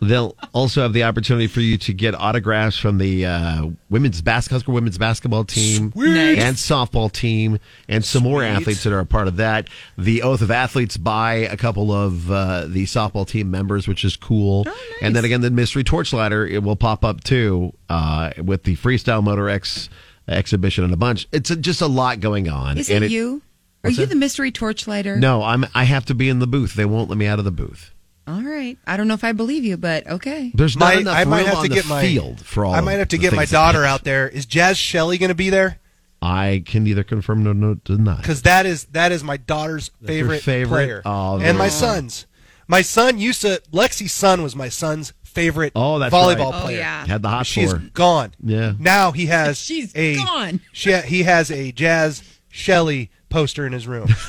S10: They'll also have the opportunity for you to get autographs from the uh, women's basketball, Husker women's basketball team
S11: Sweet. Nice.
S10: and softball team, and some more athletes that are a part of that. The oath of athletes by a couple of uh, the softball team members, which is cool.
S11: Oh,
S10: And then again, the mystery torchlighter it will pop up too uh, with the freestyle motor X exhibition and a bunch. It's a, just a lot going on.
S14: Is
S10: and
S14: it you? Are
S10: What's
S14: you
S10: that?
S14: the mystery torchlighter?
S10: No, I'm. I have to be in the booth. They won't let me out of the booth.
S14: All right. I don't know if I believe you, but okay.
S10: There's not
S11: My-
S10: enough
S11: I might
S10: room
S11: have
S10: on
S11: to
S10: the
S11: get my-
S10: field for all.
S11: I might
S10: of
S11: have to
S10: the
S11: get my
S10: things that
S11: daughter
S10: happen.
S11: out there. Is Jazz Shelley going to be there?
S10: I can neither confirm nor no, deny.
S11: Because that is that is my daughter's
S10: That's your
S11: favorite,
S10: favorite?
S11: player,
S10: Oh,
S11: and my
S10: man.
S11: son's. My son used to. Lexi's son was my son's favorite
S10: Oh, that's
S11: volleyball
S10: right.
S11: player.
S10: Had the hot
S11: She's
S10: for.
S11: gone.
S10: Yeah.
S11: Now he has a she- he has a Jazz Shelley poster in his room.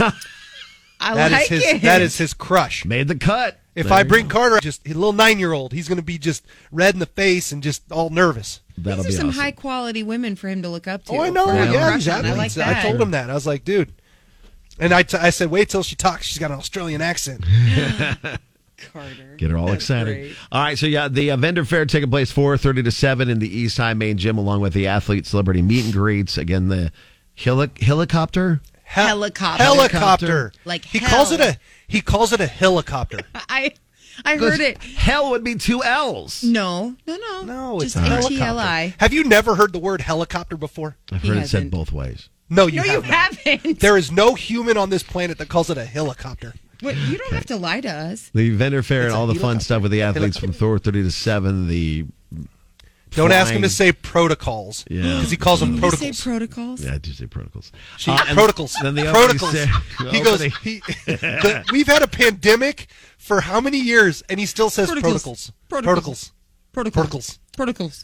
S14: I
S11: That is
S14: like
S11: his
S14: it.
S11: that is his crush.
S10: Made the cut.
S11: If
S10: There
S11: I
S10: you
S11: bring Carter, just a little nine year old, he's going to be just red in the face and just all nervous.
S10: That'll
S14: These are some high quality women for him to look up to.
S11: Oh, I know.
S14: for him to
S11: Yeah,
S14: crush
S11: he's
S14: on. I
S11: athletes.
S14: like that.
S11: I told him that. I was like, dude. And I, t- I said, wait till she talks. She's got an Australian accent.
S10: Get her all excited. All right, so yeah, the uh, vendor fair taking place four thirty to seven in the East High Main Gym, along with the athlete celebrity meet and greets. Again, the heli- helicopter.
S14: helicopter.
S11: Helicopter.
S14: Like
S11: he
S14: hell.
S11: calls it a he calls it a helicopter.
S14: I I heard it.
S10: Hell would be two L's.
S14: No, no, no,
S11: No, it's
S14: Just E
S11: a helicopter.
S14: H-E-L-I.
S11: Have you never heard the word helicopter before?
S10: I've
S14: He
S10: heard it
S14: hasn't.
S10: said both ways.
S11: No, you,
S14: No, you
S11: have not.
S14: haven't.
S11: There is no human on this planet that calls it a helicopter.
S14: Wait, you don't have to lie to us.
S10: The vendor fair and all the fun
S11: helicopter.
S10: stuff with the athletes from four thirty to seven. The
S11: Don't ask him to
S10: flying-
S11: say protocols.
S10: Yeah.
S11: Because he calls them
S14: Did you
S11: protocols.
S14: say protocols?
S10: Yeah, I do say protocols.
S11: She,
S10: Uh, and
S11: protocols.
S10: Then the opening
S11: protocols.
S10: cer-
S11: he goes.
S10: opening-
S11: He, the, we've had a pandemic for how many years, and he still says protocols.
S14: Protocols.
S11: Protocols.
S14: Protocols. Protocols.
S11: Protocols.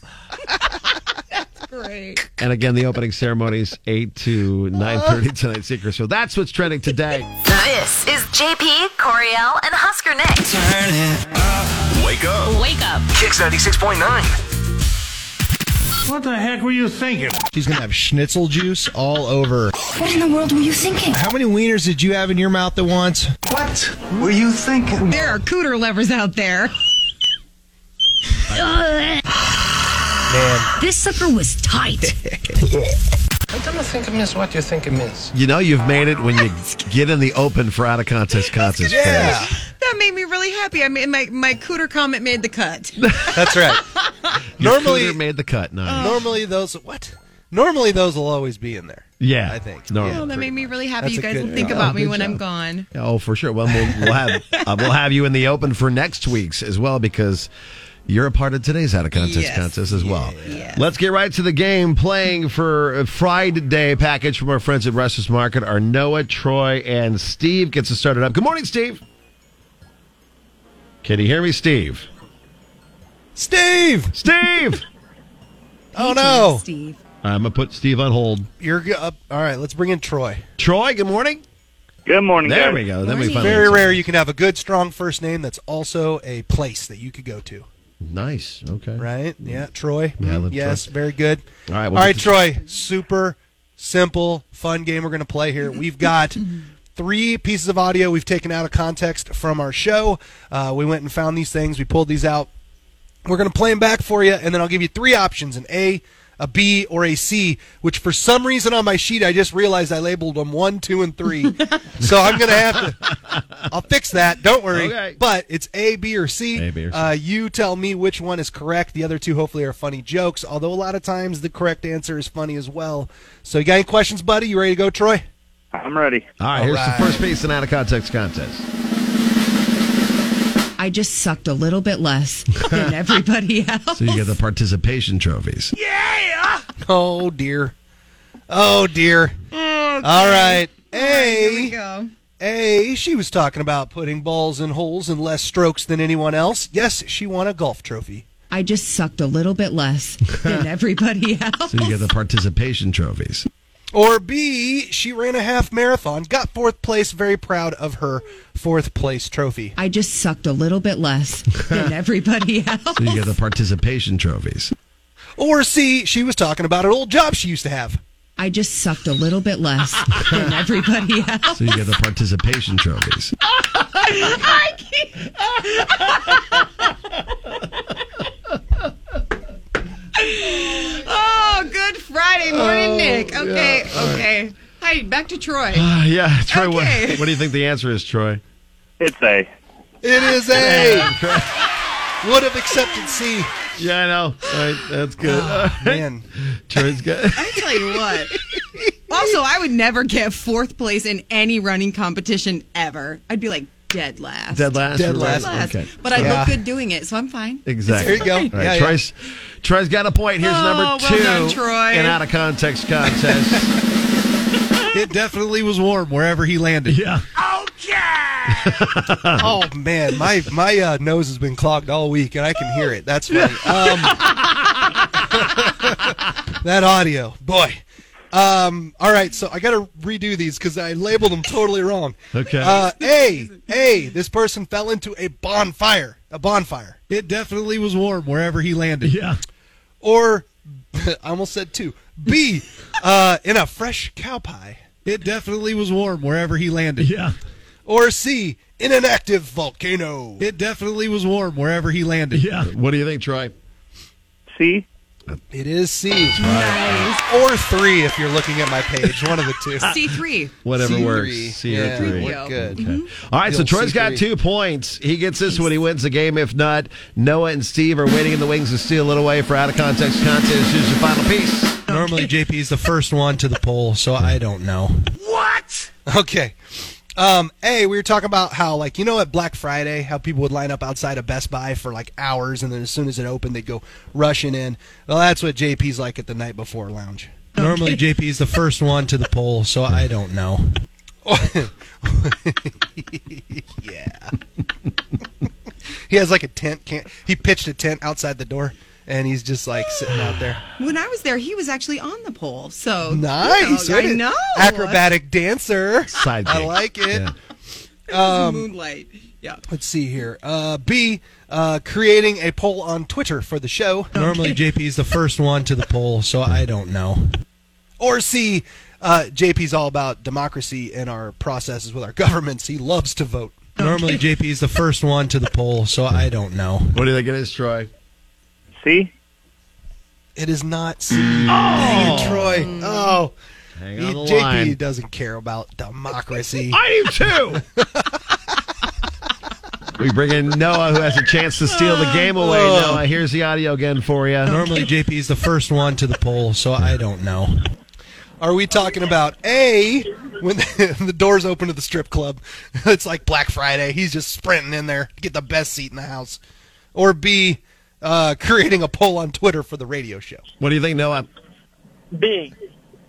S14: That's great.
S10: And again, the opening ceremony is 8 to 9.30 tonight, Secret. So that's what's trending today.
S4: This is JP, Coriel, and Husker Nick. Turn it
S1: Wake up.
S4: Wake up.
S1: Kicks 96.9.
S6: What the heck were you thinking?
S11: She's gonna have schnitzel juice all over.
S1: What in the world were you thinking?
S11: How many wieners did you have in your mouth at once?
S1: What were you thinking?
S14: There are cooter lovers out there.
S11: Man,
S13: This sucker was tight.
S15: I don't think I miss what you think I miss.
S10: You know you've made it when you get in the open for out of contest contest. yeah.
S14: That made me really happy. I mean, my, my cooter comment made the cut.
S11: that's right. Normally- Uh,
S10: Normally made the cut. No.
S11: Normally those what? Normally those will always be in there.
S10: yeah.
S11: I think.
S10: Normally.
S14: Oh, that made me really happy.
S11: That's
S14: you
S11: a
S14: guys
S11: good
S14: will think
S11: job.
S14: about me
S11: Good
S14: when I'm
S11: job.
S14: gone.
S10: Oh, for sure. Well, we'll, we'll have uh, we'll have you in the open for next week's as well because you're a part of today's out of contest
S14: Yes.
S10: contest as well. Let's get right to the game. Playing for a Friday package from our friends at Restless Market are Noah, Troy, and Steve. Gets us started up. Good morning, Steve. Can you hear me, Steve?
S11: Steve.
S10: Steve.
S11: Oh no.
S14: Steve.
S10: I'm gonna put Steve on hold.
S11: You're go- up. All right. Let's bring in Troy.
S10: Troy. Good morning.
S19: Good morning,
S10: There
S19: guys.
S10: we go. Then we finally
S11: Very rare you can have a good, strong first name that's also a place that you could go to.
S10: Nice. Okay.
S11: Right? Yeah. Troy.
S10: Yeah, I love
S11: yes.
S10: Troy.
S11: Very good.
S10: All right,
S11: All
S10: we'll
S11: right,
S10: get
S11: Troy. Super simple, fun game we're going to play here. We've got. Three pieces of audio we've taken out of context from our show. Uh, we went and found these things. We pulled these out. We're going to play them back for you, and then I'll give you three options an A, a B, or a C, which for some reason on my sheet I just realized I labeled them one, two, and three. so I'm going to have to. I'll fix that. Don't worry.
S10: Okay.
S11: But it's A, B, or C.
S10: A, B, or C.
S11: Uh, you tell me which one is correct. The other two hopefully are funny jokes. Although a lot of times the correct answer is funny as well. So you got any questions, buddy? You ready to go, Troy?
S19: I'm ready.
S10: All right, here's the first piece in out of context contest.
S14: I just sucked a little bit less than everybody else.
S10: So you get the participation trophies.
S11: Yeah. Oh dear. Oh dear. All right. A. A. She was talking about putting balls in holes and less strokes than anyone else. Yes, she won a golf trophy.
S14: I just sucked a little bit less than everybody else.
S10: So you get the participation trophies.
S11: Or B, she ran a half marathon, got fourth place, very proud of her fourth place trophy.
S14: I just sucked a little bit less than everybody else.
S10: So you get the participation trophies.
S11: Or C, she was talking about an old job she used to have.
S14: I just sucked a little bit less than everybody else.
S10: So you get the participation trophies.
S13: I
S12: Oh, good Friday morning,
S10: Oh,
S12: Nick. Okay,
S10: yeah, all right.
S12: okay. Hi, back to Troy.
S10: Ah, yeah, Troy.
S12: Okay.
S10: What, what do you think the answer is, Troy?
S19: It's A.
S11: It is A. Would have accepted C.
S10: Yeah, I know. All right, that's good.
S11: Oh, Man,
S10: Troy's got.
S14: I tell you what. Also, I would never get fourth place in any running competition ever. I'd be like dead last.
S10: Dead last?
S14: Dead
S10: Dead last.
S14: last.
S10: Okay.
S14: But I
S10: Yeah.
S14: look good doing it, so I'm fine.
S10: Exactly.
S14: It's fine.
S10: All right, Troy's, Troy's got a point. Here's
S14: Oh, well
S10: number two
S14: done, Troy.
S10: in out of context contest.
S11: it definitely was warm wherever he landed.
S10: Yeah.
S11: oh man, my my uh, nose has been clogged all week, and I can hear it. That's funny. Um, that audio, boy. Um, all right, so I got to redo these because I labeled them totally wrong.
S10: Okay.
S11: Uh, a A. This person fell into a bonfire. A bonfire. It definitely was warm wherever he landed.
S10: Yeah.
S11: Or I almost said two. B. Uh, in a fresh cow pie. It definitely was warm wherever he landed.
S10: Yeah.
S11: Or C. In an active volcano. It definitely was warm wherever he landed.
S10: Yeah. What do you think, Troy?
S19: C.
S11: It is C. Or three if you're looking at my page. One of the two.
S14: C3.
S10: Whatever
S11: C3.
S10: works. C or
S11: Yeah,
S10: three.
S11: we're good. Mm-hmm.
S10: All right, so
S11: You'll
S10: Troy's
S11: see
S10: got
S11: three.
S10: two points. He gets this one. He wins the game. If not, Noah and Steve are waiting in the wings to steal it away for out of context contest. Here's your final piece.
S11: Normally, JP is the first one to the poll, so I don't know. What? Okay. Um, a, we were talking about how, like, you know, at Black Friday, how people would line up outside of Best Buy for like hours, and then as soon as it opened, they'd go rushing in. Well, that's what JP's like at the night before lounge. Normally, JP is the first one to the poll, so I don't know. yeah. he has like a tent. Can't he pitched a tent outside the door, and he's just like sitting out there.
S14: When I was there, he was actually on the pole. So
S11: Nice.
S14: you know,
S11: What
S14: I
S11: a-
S14: know.
S11: Acrobatic dancer.
S10: Sidekick.
S11: I like it.
S14: Um,
S11: Um,
S14: moonlight. Yeah.
S11: Let's see here. Uh, B, uh, creating a poll on Twitter for the show. Normally, JP is the first one to the poll, so I don't know. Or C, uh, JP's all about democracy and our processes with our governments. He loves to vote. Normally, JP is the first one to the poll, so I don't know.
S10: What do you think it is, Troy?
S19: C.
S11: It is not C. Dang it, Troy. Oh.
S10: Hang on the
S11: JP
S10: line.
S11: doesn't care about democracy.
S10: I do too. We bring in Noah, who has a chance to steal the game away.
S11: Oh.
S10: Noah, here's the audio again for you.
S11: Normally, JP is the first one to the poll, so I don't know. Are we talking about A, when the, the doors open to the strip club? It's like Black Friday. He's just sprinting in there to get the best seat in the house. Or B, uh, creating a poll on Twitter for the radio show.
S10: What do you think, Noah?
S19: B.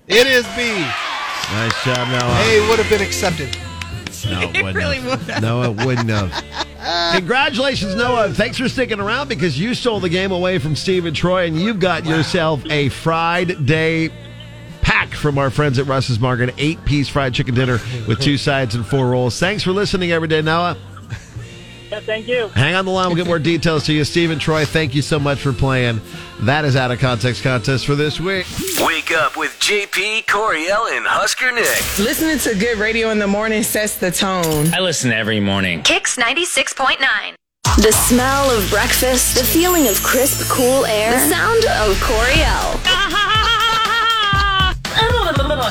S11: It is B.
S10: Nice job, Noah.
S11: A would have been accepted.
S10: No, it wouldn't really have. No, it wouldn't have. Congratulations, Noah. Thanks for sticking around because you stole the game away from Steve and Troy, and you've got yourself a Friday pack from our friends at Russ's Market. An eight piece fried chicken dinner with two sides and four rolls. Thanks for listening every day, Noah.
S19: Yeah, thank you.
S10: Hang on the line. We'll get more details to you. Steve and Troy, thank you so much for playing. That is Out of Context Contest for this week.
S3: Wake up with JP, Coriel, and Husker Nick.
S22: Listening to good radio in the morning sets the tone.
S23: I listen every morning.
S20: Kicks 96.9. The smell of breakfast, the feeling of crisp, cool air, the sound of Coriel.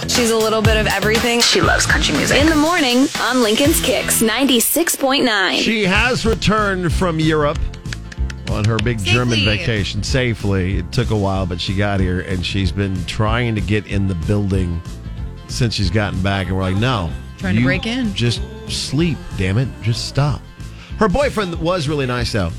S20: She's a little bit of everything. She loves country music. In the morning on Lincoln's Kicks 96.9.
S10: She has returned from Europe on her big German vacation safely. It took a while, but she got here and she's been trying to get in the building since she's gotten back. And we're like, no.
S12: Trying to
S10: you
S12: break in.
S10: Just sleep, damn it. Just stop. Her boyfriend was really nice, though.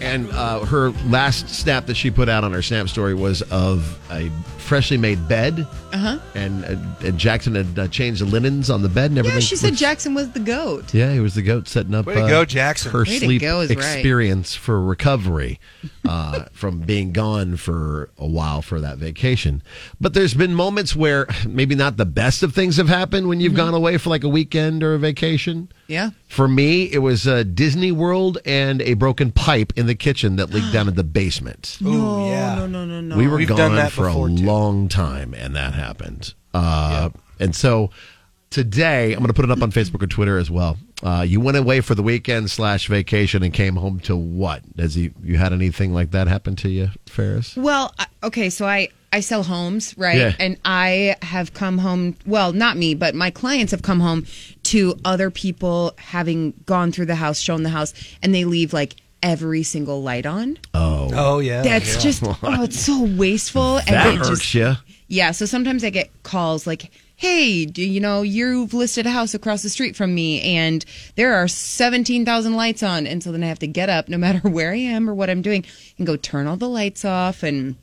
S10: And uh, her last snap that she put out on her Snap story was of a freshly made bed.
S12: Uh huh.
S10: And, uh, and Jackson had uh, changed the linens on the bed and everything.
S12: Yeah, she said Jackson was the goat.
S10: Yeah, he was the goat setting up. uh,
S11: Way to go, Jackson.
S10: Her
S12: Way to
S10: sleep
S12: go is right.
S10: experience for recovery uh, from being gone for a while for that vacation. But there's been moments where maybe not the best of things have happened when you've
S12: Mm-hmm.
S10: gone away for like a weekend or a vacation.
S12: Yeah.
S10: For me, it was uh, Disney World and a broken pipe in the kitchen that leaked down in the basement.
S11: Oh yeah.
S12: No, no, no, no.
S10: We were
S11: We've
S10: gone
S11: done that
S10: for
S11: before,
S10: a
S11: too.
S10: long time, and that happened. Uh, And so today, I'm going to put it up on Facebook and Twitter as well. Uh, you went away for the weekend slash vacation and came home to what? Has you you had anything like that happen to you, Ferris?
S12: Well, I- okay, so I I sell homes, right?
S10: Yeah.
S12: And I have come home, well, not me, but my clients have come home to other people having gone through the house, shown the house, and they leave like every single light on.
S10: Oh,
S11: oh yeah.
S12: That's
S11: yeah.
S12: just oh, it's so wasteful and
S10: that
S12: it
S10: irks
S12: just
S10: you.
S12: Yeah, so sometimes I get calls like, "Hey, do you know you've listed a house across the street from me, and there are seventeen thousand lights on?" And so then I have to get up, no matter where I am or what I'm doing, and go turn all the lights off. And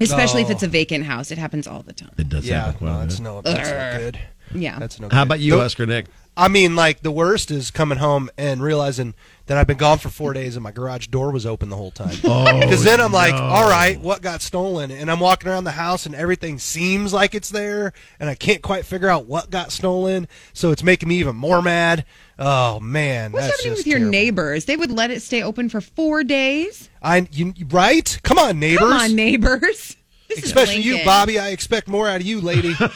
S12: especially if
S11: Oh.
S12: it's a vacant house, it happens all the time.
S10: It does
S11: yeah,
S10: happen.
S11: no, that's no, that's not good.
S12: Yeah,
S11: That's no.
S10: How
S11: good.
S10: about you,
S11: Nope.
S10: Oscar Nick?
S11: I mean, like the worst is coming home and realizing that I've been gone for four days and my garage door was open the whole time.
S10: Oh,
S11: Because then I'm like,
S10: no.
S11: all right, what got stolen? And I'm walking around the house and everything seems like it's there, and I can't quite figure out what got stolen. So it's making me even more mad. Oh man,
S12: what's
S11: that's
S12: happening
S11: just
S12: with your
S11: terrible.
S12: neighbors? They would let it stay open for four days.
S11: I you, you- right? Come on, neighbors.
S12: Come on, neighbors. This is
S11: Especially you,
S12: Lincoln.
S11: Bobby. I expect more out of you, lady. so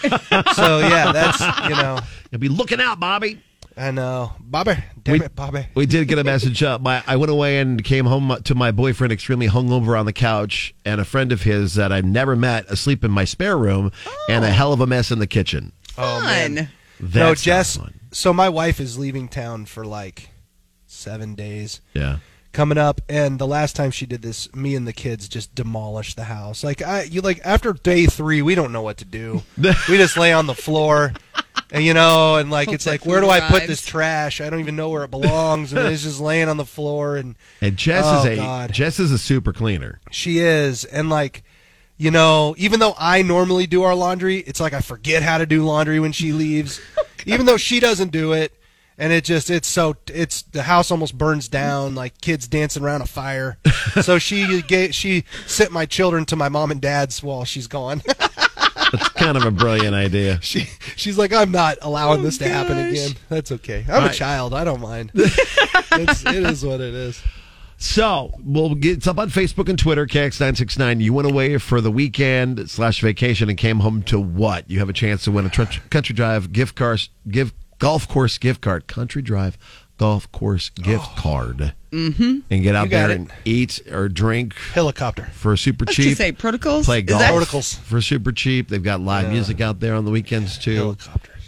S11: yeah, that's you know.
S10: You'll be looking out, Bobby.
S11: I know, Bobby. Damn
S10: We-
S11: it, Bobby.
S10: We did get a message up. My, I went away and came home to my boyfriend extremely hungover on the couch and a friend of his that I've never met asleep in my spare room and a hell of a mess in the kitchen.
S11: Oh man.
S10: That's
S11: Oh. no,
S10: not
S11: Jess.
S10: fun.
S11: So my wife is leaving town for like seven days
S10: Yeah.
S11: coming up, and the last time she did this, me and the kids just demolished the house. Like I, you like after day three, we don't know what to do. we just lay on the floor. And you know, and like
S12: Hope
S11: it's
S12: that
S11: like,
S12: food
S11: where do I put
S12: arrives.
S11: this trash? I don't even know where it belongs, and it's just laying on the floor. And
S10: And Jess
S11: Oh,
S10: is a
S11: God.
S10: Jess is a super cleaner.
S11: She is. And like, you know, even though I normally do our laundry, it's like I forget how to do laundry when she leaves. even though she doesn't do it. And it just it's so it's the house almost burns down like kids dancing around a fire. so she gave she sent my children to my mom and dad's while she's gone.
S10: That's kind of a brilliant idea.
S11: she she's like I'm not allowing
S12: Oh,
S11: this to happen
S12: gosh.
S11: again. That's okay.
S10: All
S11: I'm a
S10: right.
S11: child. I don't mind. it's, it is what it is.
S10: So we'll get it's up on Facebook and Twitter, KX969. You went away for the weekend slash vacation and came home to what? You have a chance to win a tr- country drive gift card, give golf course gift card, country drive golf course gift
S12: Oh.
S10: card, mm-hmm. and get out
S11: You got
S10: there
S11: it.
S10: and eat or drink
S11: Helicopter.
S10: for super
S12: Let's
S10: cheap.
S12: just say protocols.
S10: Play
S12: Is
S10: golf
S12: that-
S11: Protocols.
S10: for super cheap. They've got live music out there on the weekends too.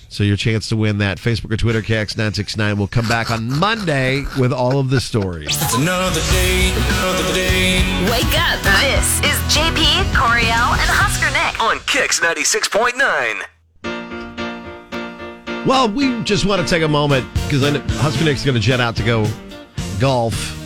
S10: So your chance to win that Facebook or Twitter KX969 will come back on Monday with all of the stories.
S1: It's another day, another day.
S20: Wake up. This is JP, Coriel, and Husker Nick.
S3: On Kicks 96.9.
S10: Well, we just want to take a moment because Husker Nick's going to jet out to go golf. in-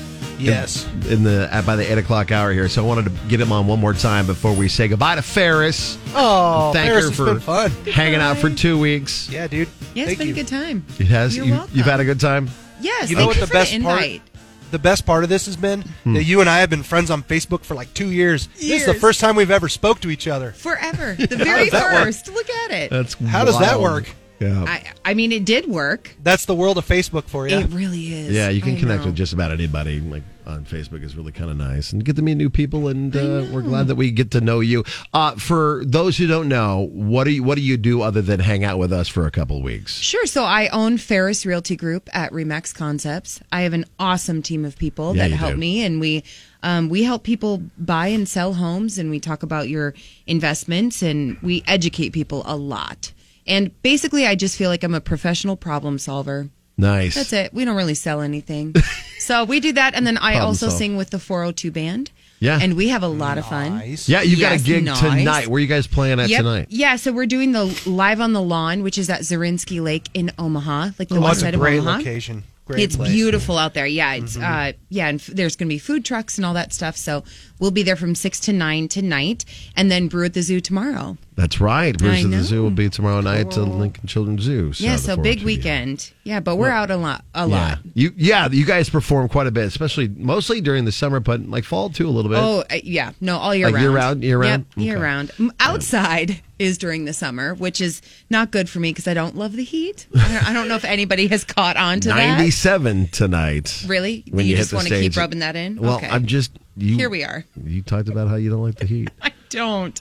S11: Yes.
S10: In, the at, by the eight o'clock hour here, so I wanted to get him on one more time before we say goodbye to Ferris.
S11: Oh,
S10: Thank
S11: Paris,
S10: her
S11: it's
S10: for
S11: been fun.
S10: hanging out for two weeks.
S11: Yeah, dude.
S12: Yeah, it's
S11: Thank
S12: been
S11: you.
S12: a good time.
S10: It has.
S12: You're
S10: you,
S12: welcome.
S10: you've had a good time.
S12: Yes,
S11: You know
S12: thank
S11: what
S12: you
S11: the
S12: for
S11: best
S12: the
S11: part-
S12: invite.
S11: the best part of this has been that you and I have been friends on Facebook for like two years. This is the
S12: Years.
S11: first time we've ever spoke to each other.
S12: Forever, the very
S11: does that work?
S12: first. Look at it.
S10: That's
S11: How does that
S10: wild.
S11: work?
S10: Yeah.
S12: I, I mean, it did work.
S11: That's the world of Facebook for you.
S12: It really is.
S10: Yeah, you can
S12: I
S10: connect
S12: know.
S10: with just about anybody. Like on Facebook is really kind of nice, and get to meet new people. And uh, we're glad that we get to know you. Uh, for those who don't know, what do you what do you do other than hang out with us for a couple weeks?
S12: Sure. So I own Ferris Realty Group at Remax Concepts. I have an awesome team of people
S10: Yeah,
S12: that
S10: you
S12: help
S10: do.
S12: me, and we um, we help people buy and sell homes, and we talk about your investments, and we educate people a lot. And basically, I just feel like I'm a professional problem solver.
S10: Nice.
S12: That's it. We don't really sell anything. so we do that. And then I
S10: Problem
S12: also
S10: solve.
S12: sing with the 402 band.
S10: Yeah.
S12: And we have a lot of fun.
S10: Yeah, you got
S12: Yes,
S10: a gig
S12: nice.
S10: tonight. Where are you guys playing at
S12: Yep.
S10: tonight?
S12: Yeah, so we're doing the Live on the Lawn, which is at Zarinsky Lake in Omaha, like the
S11: Oh,
S12: west
S11: that's a
S12: side of
S11: great
S12: Omaha.
S11: location. Great
S12: it's
S11: place. Mm-hmm.
S12: beautiful out there. Yeah, it's uh, yeah, and f- there's going to be food trucks and all that stuff. So we'll be there from six to nine tonight, and then brew at the zoo tomorrow.
S10: That's right.
S12: I
S10: Bruce of
S12: know.
S10: the Zoo will be tomorrow night to Lincoln Children's Zoo.
S12: yeah,
S10: the
S12: so
S10: 402.
S12: big weekend. Yeah, but we're out a lot. A lot.
S10: Yeah. You yeah, you guys perform quite a bit, especially mostly during the summer, but like fall too a little bit.
S12: Oh uh, yeah, no, all year
S10: Like
S12: round.
S10: year round, year round?
S12: Yep, year
S10: Okay.
S12: round. M- Outside is during the summer, which is not good for me because I don't love the heat. I don't, I don't know if anybody has caught on to that.
S10: 97 tonight.
S12: Really?
S10: When
S12: you,
S10: you,
S12: just
S10: want to
S12: keep rubbing that in?
S10: Well,
S12: okay.
S10: I'm just you,
S12: Here we are.
S10: You talked about how you don't like the heat.
S12: I don't.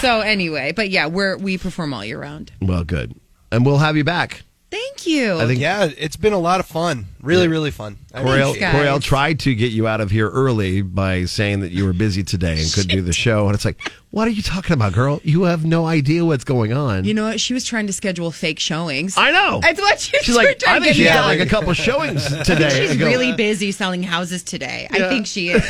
S12: so anyway, but yeah, we're we perform all year round.
S10: well, good. And we'll have you back.
S12: Thank you.
S10: I think-
S11: yeah, it's been a lot of fun. Really, really fun. I
S10: Coriel,
S11: appreciate it.
S10: Coriel tried to get you out of here early by saying that you were busy today and couldn't do the show. And it's like, what are you talking about, girl? You have no idea what's going on.
S12: You know what? She was trying to schedule fake showings.
S10: I know.
S12: That's what she
S10: She's
S12: was
S10: like,
S12: trying
S10: I
S12: to
S10: think
S12: get
S10: she's
S12: me
S10: got
S12: out.
S10: like a couple showings
S12: I think
S10: today.
S12: she's
S10: I go,
S12: really busy selling houses today. I
S10: Yeah.
S12: think she is.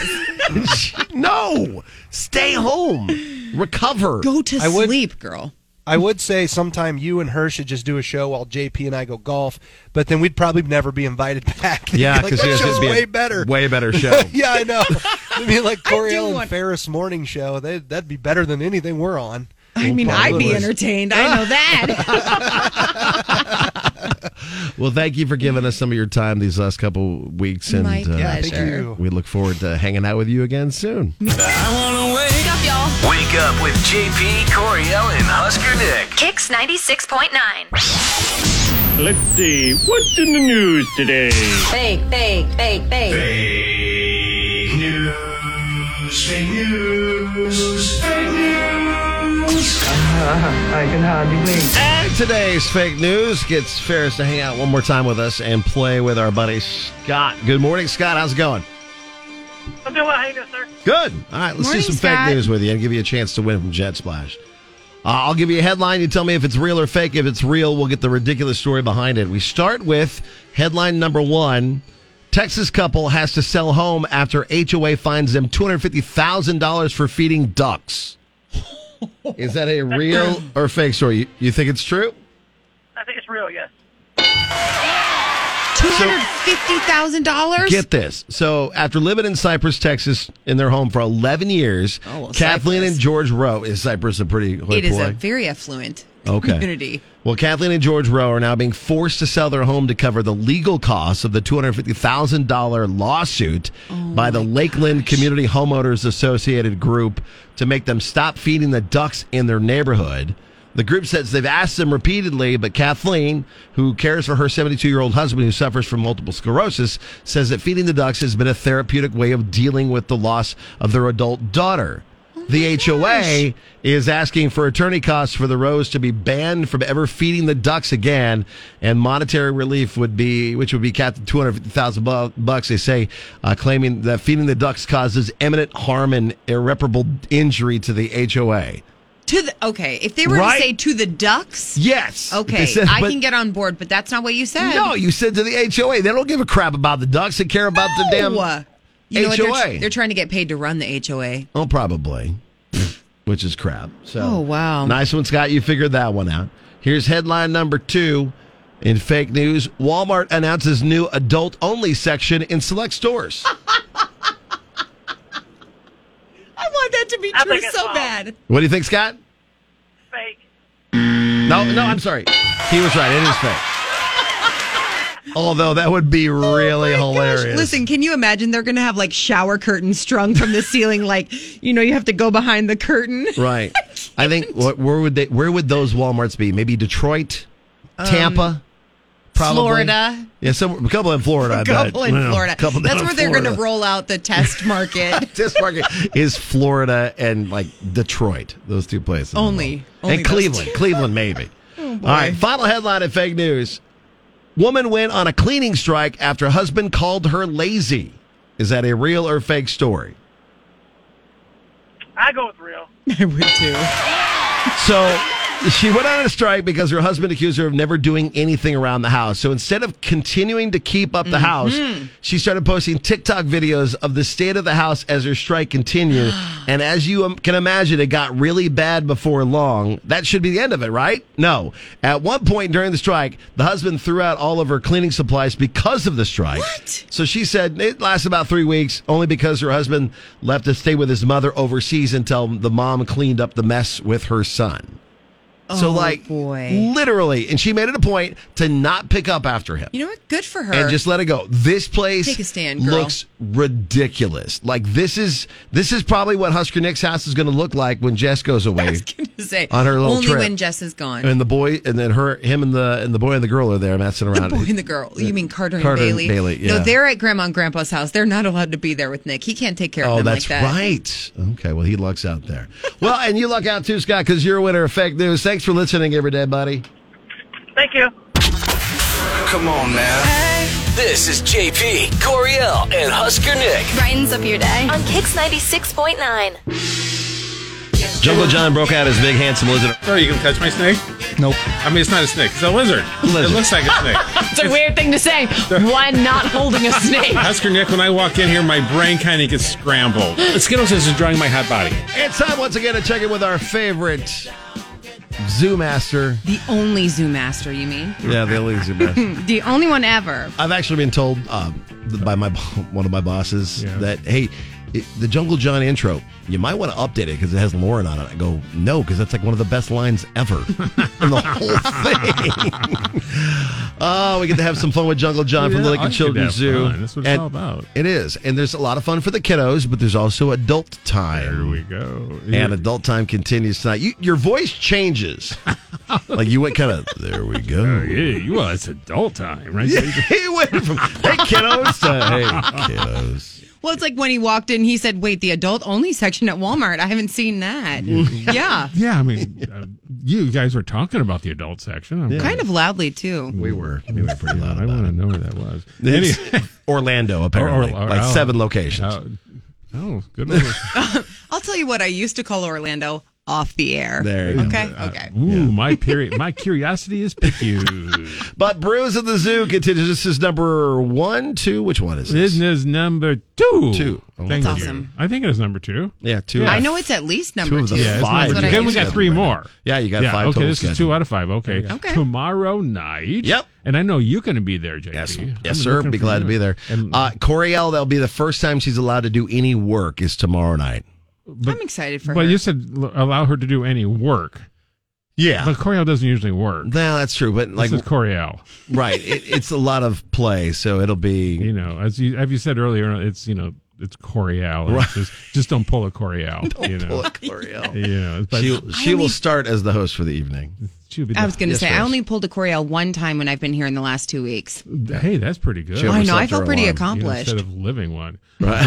S10: no, stay home, recover.
S12: Go to
S11: I would-
S12: sleep, girl.
S11: I would say sometime you and her should just do a show while JP and I go golf, but then we'd probably never be invited back.
S10: Yeah,
S11: Like,
S10: because
S11: that
S10: it's
S11: show's
S10: be a
S11: way better.
S10: way better show.
S11: yeah, I know. I mean, like
S12: I do
S11: Coriel and
S12: want-
S11: Ferris Morning Show, they, that'd be better than anything we're on.
S12: I mean, I'd be entertained. I know that.
S10: Well, thank you for giving us some of your time these last couple weeks, and uh,
S12: My pleasure. Thank you.
S10: we look forward to hanging out with you again soon.
S20: Wake up, y'all.
S3: Wake up with JP, Coriel, and Husker Nick.
S20: Kicks 96.9.
S6: Let's see, what's in the news today?
S20: Fake, fake, fake, fake.
S1: Fake news, fake news, fake news. I can hardly wait.
S10: And today's fake news gets Ferris to hang out one more time with us and play with our buddy Scott. Good morning, Scott. How's it going?
S19: I'm doing well. How you doing, sir?
S10: Good. All right, let's
S19: Morning,
S10: do some
S19: Scott.
S10: fake news with you and give you a chance to win from Jet Splash. Uh, I'll give you a headline. You tell me if it's real or fake. If it's real, we'll get the ridiculous story behind it. We start with headline number one Texas couple has to sell home after HOA fines them $250,000 for feeding ducks. Is that a real or fake story? You, you think it's true?
S19: I think it's real. Yes.
S12: Two hundred fifty thousand dollars.
S10: Get this. So, after living in Cypress, Texas, in their home for 11 years,
S12: Oh, well,
S10: Kathleen and George Rowe is Cypress a pretty
S12: It is a
S10: hoy-poy?
S12: very affluent
S10: Okay.
S12: community.
S10: Well, Kathleen and George Rowe are now being forced to sell their home to cover the legal costs of the $250,000 lawsuit by the Lakeland Community Homeowners Associated Group to make them stop feeding the ducks in their neighborhood. The group says they've asked them repeatedly, but Kathleen, who cares for her 72 year old husband who suffers from multiple sclerosis, says that feeding the ducks has been a therapeutic way of dealing with the loss of their adult daughter.
S12: Oh
S10: The HOA is asking for attorney costs for the Rose to be banned from ever feeding the ducks again, and monetary relief would be, which would be capped at two hundred fifty thousand bucks. They say, uh, claiming that feeding the ducks causes imminent harm and irreparable injury to the HOA.
S12: To the okay, if they were
S10: Right?
S12: to say to the ducks,
S10: Yes.
S12: okay,
S10: They said-
S12: I
S10: but-
S12: can get on board. But that's not what you said.
S10: No, you said to the HOA. They don't give a crap about the ducks. They care about the damn
S12: No. You know what? They're,
S10: HOA.
S12: tr- they're trying to get paid to run the HOA.
S10: Oh, probably. Which is crap. So
S12: Oh, wow.
S10: Nice one, Scott. You figured that one out. Here's headline number two in fake news. Walmart announces new adult only section in select stores.
S12: Ah. I want that to be
S19: I
S12: true
S19: think it's
S12: so
S19: false.
S12: bad.
S10: what do you think, Scott?
S19: Fake.
S10: No, no, I'm sorry. He was right. It is fake. Although that would be really hilarious.
S12: Oh Listen, can you imagine? They're going to have like shower curtains strung from the ceiling, like you know, you have to go behind the curtain.
S10: Right. I, think what, where would they where would those Walmarts be? Maybe Detroit, Tampa, probably
S12: Um, Florida.
S10: Yeah, some a couple in Florida. I
S12: A couple
S10: bet.
S12: in
S10: Yeah,
S12: Florida.
S10: a couple
S12: That's
S10: down
S12: where
S10: in
S12: they're going to
S10: Florida.
S12: roll out the test market.
S10: test market is Florida and like Detroit. Those two places
S12: Only- only
S10: and
S12: those
S10: Cleveland.
S12: two.
S10: Cleveland maybe.
S12: Oh, boy.
S10: All right. Final headline in fake news: Woman went on a cleaning strike after husband called her lazy. Is that a real or fake story?
S19: I go with real.
S12: I would too.
S10: So She went on a strike because her husband accused her of never doing anything around the house. So instead of continuing to keep up the house,
S5: Mhm.
S10: she started posting TikTok videos of the state of the house as her strike continued. and as you um, can imagine, it got really bad before long. That should be the end of it, right? No. At one point during the strike, the husband threw out all of her cleaning supplies because of the strike. What? So she said it lasted about three weeks only because her husband left to stay with his mother overseas until the mom cleaned up the mess with her son. So
S12: Oh,
S10: like
S12: boy.
S10: literally, and she made it a point to not pick up after him
S12: You know what? Good for her.
S10: and just let it go. This place
S12: Take a stand, girl.
S10: looks ridiculous. Like this is this is probably what Husker Nick's house is going to look like when Jess goes away
S12: Say,
S10: on her little
S12: only
S10: trip.
S12: when Jess is gone.
S10: and the boy, and then her, him, and the and the boy and the girl are there messing around.
S12: boy and the girl. You mean Carter,
S10: Carter and
S12: and Bailey?
S10: Bailey, yeah.
S12: No, they're at Grandma and Grandpa's house. They're not allowed to be there with Nick. He can't take care of
S10: Oh,
S12: them
S10: that's
S12: like that.
S10: right. Okay, well, he lucks out there. well, and you luck out too, Scott, because you're a winner of fake news. Thanks for listening every day, buddy.
S19: Thank you.
S3: Come on, man. This is JP, Coriel, and Husker Nick.
S20: Brightens up your day on Kicks 96.9.
S10: Jungle John broke out his big handsome lizard.
S9: Are you gonna touch my snake? Nope. I mean, it's not a snake. It's a lizard. It looks like a snake.
S23: It's a weird thing to say. One not holding a snake.
S9: Husker Nick, when I walk in here, my brain kind of gets scrambled. Skittles is drawing my hot body.
S10: It's time once again to check in with our favorite zoo master.
S12: The only zoo master, you mean?
S10: Yeah, the only zoo master.
S12: the only one ever.
S10: I've actually been told um, by my one of my bosses that hey, it, the Jungle John intro, you might want to update it because it has Lauren on it. I go no because that's like one of the best lines ever in the whole thing. oh, we get to have some fun with Jungle John from the
S9: Yeah, I
S10: Lincoln
S9: get to
S10: Children's
S9: have
S10: Zoo.
S9: fun. That's what it's
S10: And
S9: all about.
S10: It is, and there's a lot of fun for the kiddos, but there's also adult time. There we
S9: go.
S10: And adult time continues tonight. You, your voice changes. like you went kind of there we go.
S9: Oh, yeah, you well, it's adult time, right?
S10: Yeah, he went from hey kiddos to hey kiddos.
S12: Well, it's like when he walked in, he said, "Wait, the adult only section at Walmart. I haven't seen that." yeah,
S9: Yeah, I mean, uh, you guys were talking about the adult section. I'm
S12: kind of loudly too.
S10: We were. We were pretty loud.
S9: I want to know where that was.
S10: It's
S9: Any-
S10: Orlando, apparently.
S9: Or- or-
S10: like
S9: oh.
S10: seven locations.
S9: oh, good. lord.
S12: I'll tell you what. I used to call Orlando off the air.
S10: There you
S12: okay.
S10: go. Uh,
S12: Okay.
S9: Ooh, my period. My curiosity is piqued.
S10: But Brews of the Zoo continues. This is number one, two. Which one is
S9: This is number two.
S10: Two. Oh,
S9: Thank
S10: That's
S9: you.
S10: awesome.
S9: I think it is number two.
S10: Yeah, two.
S12: I know it's at least number two.
S10: of the
S9: Yeah, it's
S10: five.
S9: number two.
S10: That's what I
S9: Then we got
S10: used.
S9: three more.
S10: Yeah, you got five
S9: Okay,
S10: total
S9: this is
S10: scheduled.
S9: two out of five. Okay.
S10: Okay.
S9: Tomorrow night. Yep. And I know you're going to be there, JP. Yes,
S10: Yes, sir. Be glad to be there. Uh, Coriel, that'll be the first time she's allowed to do any work is tomorrow night.
S12: I'm excited for
S9: Well,
S12: her.
S9: you said l- allow her to do any work.
S10: Yeah.
S9: But Coriel doesn't usually work.
S10: No, that's true. But like
S9: this is Coriel.
S10: Right. It, it's a lot of play, so it'll be
S9: You know, as you as you said earlier, it's you know it's Coriel. It's just, just don't pull a Coriel.
S10: Don't
S9: you know?
S10: pull a Coriel.
S9: You know, but-
S10: Oh, she she will start as the host for the evening.
S12: I was going to
S10: Yes,
S12: say I
S10: ma'am.
S12: only pulled a Coriel one time when I've been here in the last two weeks.
S9: Hey, that's pretty good.
S12: She I know, I overslept felt her pretty alarm. accomplished.
S9: instead of living one.
S10: Right.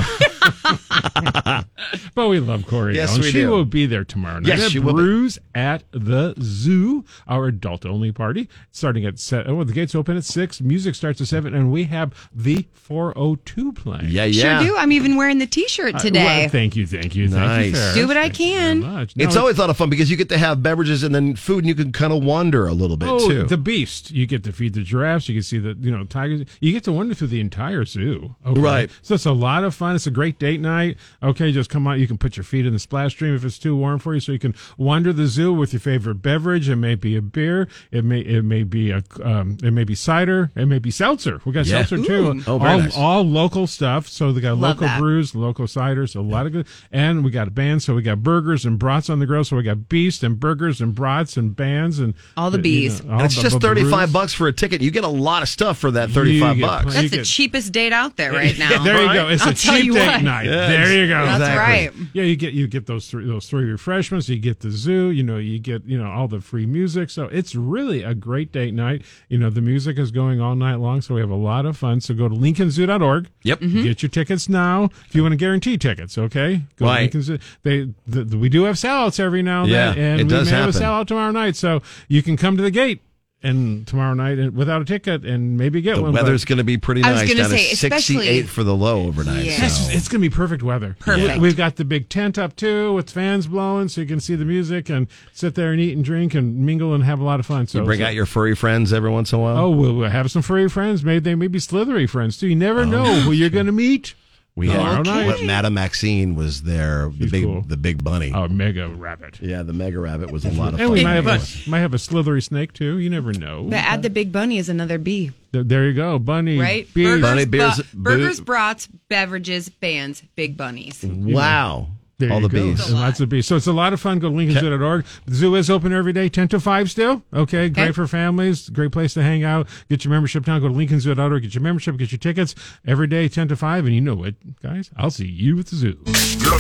S9: but we love Corey.
S10: Yes,
S9: and
S10: we
S9: she
S10: do.
S9: will be there tomorrow night.
S10: Yes,
S9: at
S10: she will be.
S9: Brews at the Zoo, our adult only party, starting at set. Oh, the gates open at six. Music starts at seven, and we have the 402 playing.
S10: Yeah,
S12: Sure do. I'm even wearing the T-shirt
S9: Uh,
S12: today.
S9: well, thank you, thank you, thank you.
S10: Nice.
S9: Sarah.
S12: Do what I
S9: Thank you very
S12: can.
S9: much. No,
S10: It's always a lot of fun because you get to have beverages and then food, and you can kind of wander a little bit
S9: Oh,
S10: too.
S9: the beast! You get to feed the giraffes. You can see the you know tigers. You get to wander through the entire zoo. Okay?
S10: Right.
S9: So it's a lot of fun. It's a great date night. Okay, just come out. You can put your feet in the splash stream if it's too warm for you. So you can wander the zoo with your favorite beverage. It may be a beer. It may it may be a um, it may be cider. It may be seltzer. We got
S10: Yeah.
S9: seltzer too.
S10: Ooh. Oh, very
S9: all,
S10: nice.
S9: all local stuff. So they got
S10: Love
S9: local
S10: that.
S9: brews, local ciders, a lot of good. And we got a band. So we got burgers and brats on the grill. So we got beast and burgers and brats and bands and
S12: All the bees.
S10: And it's just thirty five bucks for a ticket. You get a lot of stuff for that thirty five
S9: get
S10: bucks.
S9: plenty-
S12: That's the cheapest date out there right now.
S9: there you go. It's
S12: I'll
S9: a
S12: tell
S9: cheap
S12: you
S9: date
S12: what.
S9: night.
S10: Yeah,
S9: there you go.
S12: That's Exactly.
S9: Yeah, you get you get those three those three refreshments. You get the zoo. You know, you get you know all the free music. So it's really a great date night. You know, the music is going all night long, so we have a lot of fun. So go to lincolnzoo.org.
S10: Yep.
S12: Mm-hmm.
S9: Get your tickets now if you want to guarantee tickets. Okay. Go
S10: Right.
S9: To Lincoln Zoo. They the, the- we do have sellouts every now and
S10: Yeah,
S9: then, and
S10: it
S9: we
S10: does
S9: may have a
S10: happen.
S9: sellout tomorrow night. So you can come to the gate. and tomorrow night and without a ticket and maybe get
S10: The
S9: one. but-
S10: weather's going to be pretty
S9: I was
S10: nice.
S9: gonna
S10: down to
S9: say, especially-
S10: 68 for the low overnight.
S9: Yeah. It's,
S10: so.
S9: it's going to be perfect weather.
S10: Perfect.
S9: We- We've got the big tent up too with fans blowing so you can see the music and sit there and eat and drink and mingle and have a lot of fun. So
S10: you bring
S9: so-
S10: out your furry friends every once in a while.
S9: Oh, we'll, we'll have some furry friends. Maybe they may be slithery friends too. You
S10: Oh,
S9: never know who you're going to meet.
S10: we
S9: tomorrow
S10: had
S9: night.
S10: what Madame Maxine was there. The big, the big bunny.
S9: Oh, mega rabbit.
S10: Yeah, the mega rabbit was a lot of fun.
S9: And we might have,
S10: But-
S9: a, might have a slithery snake too. You never know.
S14: But add the big bunny is another B,
S9: Th- there you go, bunny.
S14: right?
S9: beer-
S14: bu- burgers, brats, beverages, bands, big bunnies.
S10: Wow.
S9: There
S10: All
S9: you
S10: the
S9: go.
S10: bees.
S9: And Lots of bees. So it's a lot of fun. Go to lincolnzoo.org. The zoo is open every day, 10 to 5 still. Okay, great for families. Great place to hang out. Get your membership now. Go to lincolnzoo.org. Get your membership. Get your tickets every day, 10 to 5. And you know what, guys? I'll see you at the zoo.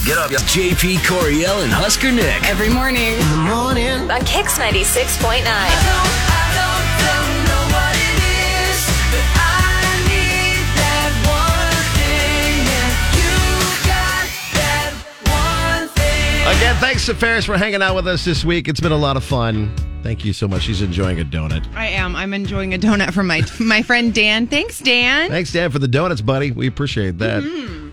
S3: Get up, JP Coriel and Husker Nick.
S20: Every morning. In the morning. On Kicks 96.9.
S10: Again, thanks to Ferris for hanging out with us this week. It's been a lot of fun. Thank you so much. She's enjoying a donut.
S12: I am. I'm enjoying a donut from my my friend Dan. Thanks, Dan.
S10: Thanks, Dan, for the donuts, buddy. We appreciate that.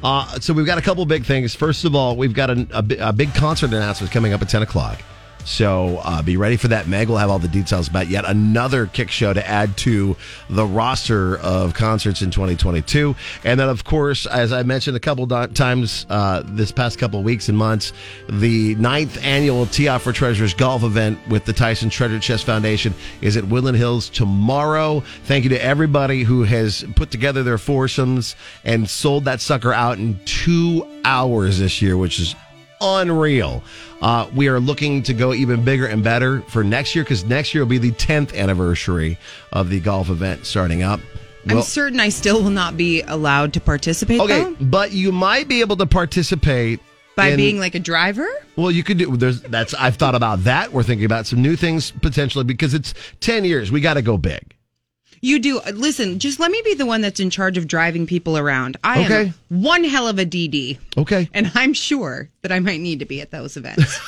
S10: Uh, so we've got a couple big things. First of all, we've got an, a, bi- a big concert announcement coming up at 10 o'clock. So uh, be ready for that, Meg. We'll have all the details about yet another kick show to add to the roster of concerts in 2022. And then, of course, as I mentioned a couple do- times uh, this past couple weeks and months, the ninth annual Tee Off for Treasures golf event with the Tyson Treasure Chest Foundation is at Woodland Hills tomorrow. Thank you to everybody who has put together their foursomes and sold that sucker out in two hours this year, which is unreal. Uh, we are looking to go even bigger and better for next year because next year will be the 10th anniversary of the golf event starting up.
S12: I'm
S10: Well-
S12: certain I still will not be allowed to participate.
S10: Okay,
S12: though,
S10: but you might be able to participate
S12: by
S10: in-
S12: being like a driver.
S10: Well, you could do. There's that's. I've thought about that. We're thinking about some new things potentially because it's ten years. We got to go big.
S12: You do. Listen, just let me be the one that's in charge of driving people around. I
S10: Okay.
S12: am one hell of a DD.
S10: Okay.
S12: And I'm sure that I might need to be at those events.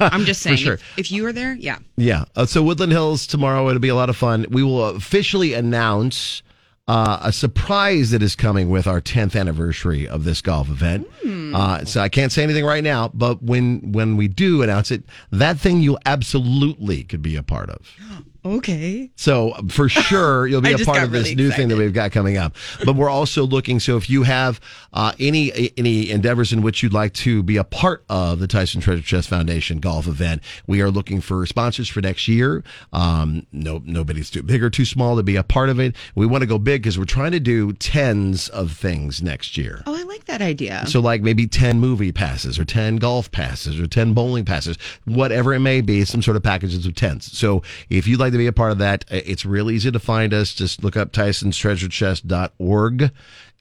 S12: I'm just
S10: For
S12: saying.
S10: sure.
S12: If, if you were there, yeah.
S10: Yeah. Uh, so Woodland Hills tomorrow. It'll be a lot of fun. We will officially announce uh, a surprise that is coming with our 10th anniversary of this golf event. Uh, so I can't say anything right now, but when when we do announce it, that thing you absolutely could be a part of.
S12: Okay.
S10: So for sure, you'll
S12: I
S10: be a
S12: just
S10: part
S12: got
S10: of this
S12: really
S10: new thing that we've got coming up. But we're also looking. So if you have uh, any any endeavors in which you'd like to be a part of the Tyson Treasure Chest Foundation golf event, we are looking for sponsors for next year. Um, no, nobody's too big or too small to be a part of it. We want to go big because we're trying to do tens of things next year.
S12: Oh, I like that idea.
S10: So, like maybe 10 movie passes or 10 golf passes or 10 bowling passes, whatever it may be, some sort of packages of 10s. So, if you'd like to be a part of that, uh, it's real easy to find us. Just look up tysonstreasuredchest.org,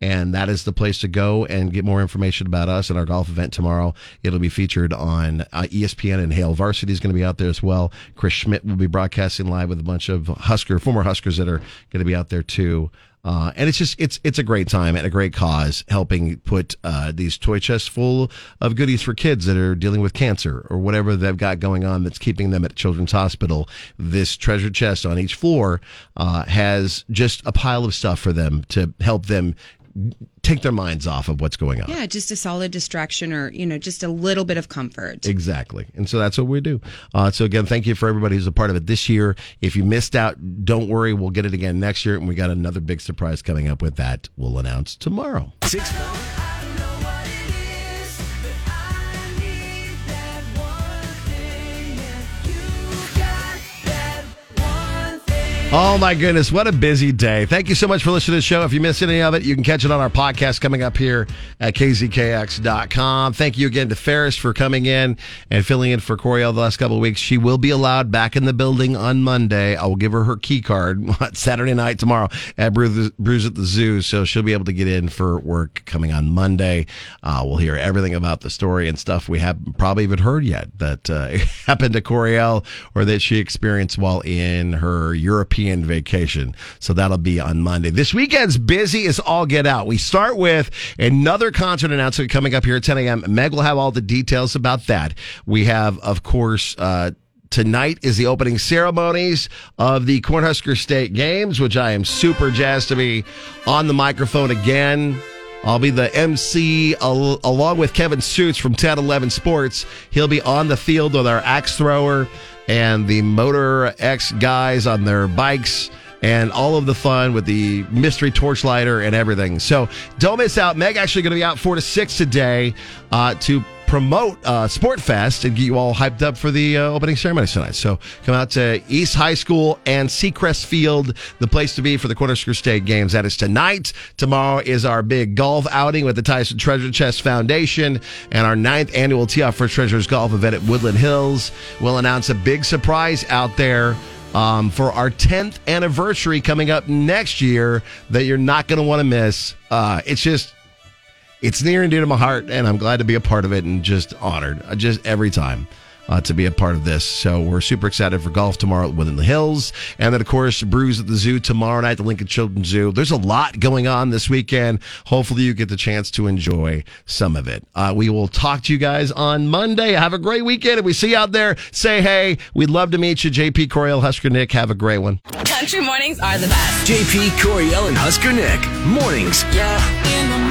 S10: and that is the place to go and get more information about us and our golf event tomorrow. It'll be featured on uh, ESPN, and Hale Varsity is going to be out there as well. Chris Schmidt will be broadcasting live with a bunch of Husker, former Huskers that are going to be out there too. Uh, and it's just it's it's a great time and a great cause, helping put uh, these toy chests full of goodies for kids that are dealing with cancer or whatever they've got going on that's keeping them at Children's Hospital. This treasure chest on each floor uh, has just a pile of stuff for them to help them take their minds off of what's going on.
S12: Yeah, just a solid distraction or, you know, just a little bit of comfort.
S10: Exactly. And so that's what we do. Uh, so, again, thank you for everybody who's a part of it this year. If you missed out, don't worry. We'll get it again next year. And we got another big surprise coming up with that. We'll announce tomorrow.
S3: Six.
S10: Oh my goodness, what a busy day. Thank you so much for listening to the show. If you missed any of it, you can catch it on our podcast coming up here at kzkx.com. Thank you again to Ferris for coming in and filling in for Coriel the last couple of weeks. She will be allowed back in the building on Monday. I will give her her key card on Saturday night tomorrow at Brews Brews at the Zoo, so she'll be able to get in for work coming on Monday. Uh, we'll hear everything about the story and stuff we haven't probably even heard yet that uh, happened to Coriel or that she experienced while in her European vacation. So that'll be on Monday. This weekend's busy as all get out. We start with another concert announcement coming up here at 10 a.m. Meg will have all the details about that. We have, of course, uh, Tonight is the opening ceremonies of the Cornhusker State Games, which I am super jazzed to be on the microphone again. I'll be the MC al- along with Kevin Suits from 1011 Sports. He'll be on the field with our axe thrower and the Motor X guys on their bikes and all of the fun with the mystery torchlighter and everything. So don't miss out. Meg actually going to be out four to six today uh, to promote uh, Sport Fest and get you all hyped up for the uh, opening ceremony tonight. So come out to East High School and Seacrest Field, the place to be for the Cornhusker State Games. That is tonight. Tomorrow is our big golf outing with the Tyson Treasure Chest Foundation and our ninth annual tee off for Treasures Golf event at Woodland Hills. We'll announce a big surprise out there. Um, for our 10th anniversary coming up next year, that you're not going to want to miss. Uh, it's just it's near and dear to my heart, and I'm glad to be a part of it and just honored uh, just every time. Uh, to be a part of this. So we're super excited for golf tomorrow within the hills. And then, of course, Brews at the Zoo tomorrow night, the Lincoln Children's Zoo. There's a lot going on this weekend. Hopefully, you get the chance to enjoy some of it. Uh, we will talk to you guys on Monday. Have a great weekend. If we see you out there, say hey. We'd love to meet you. JP Coriel, Husker Nick, have a great one.
S20: Country mornings are the best.
S3: JP Coriel and Husker Nick. Mornings.
S20: Yeah.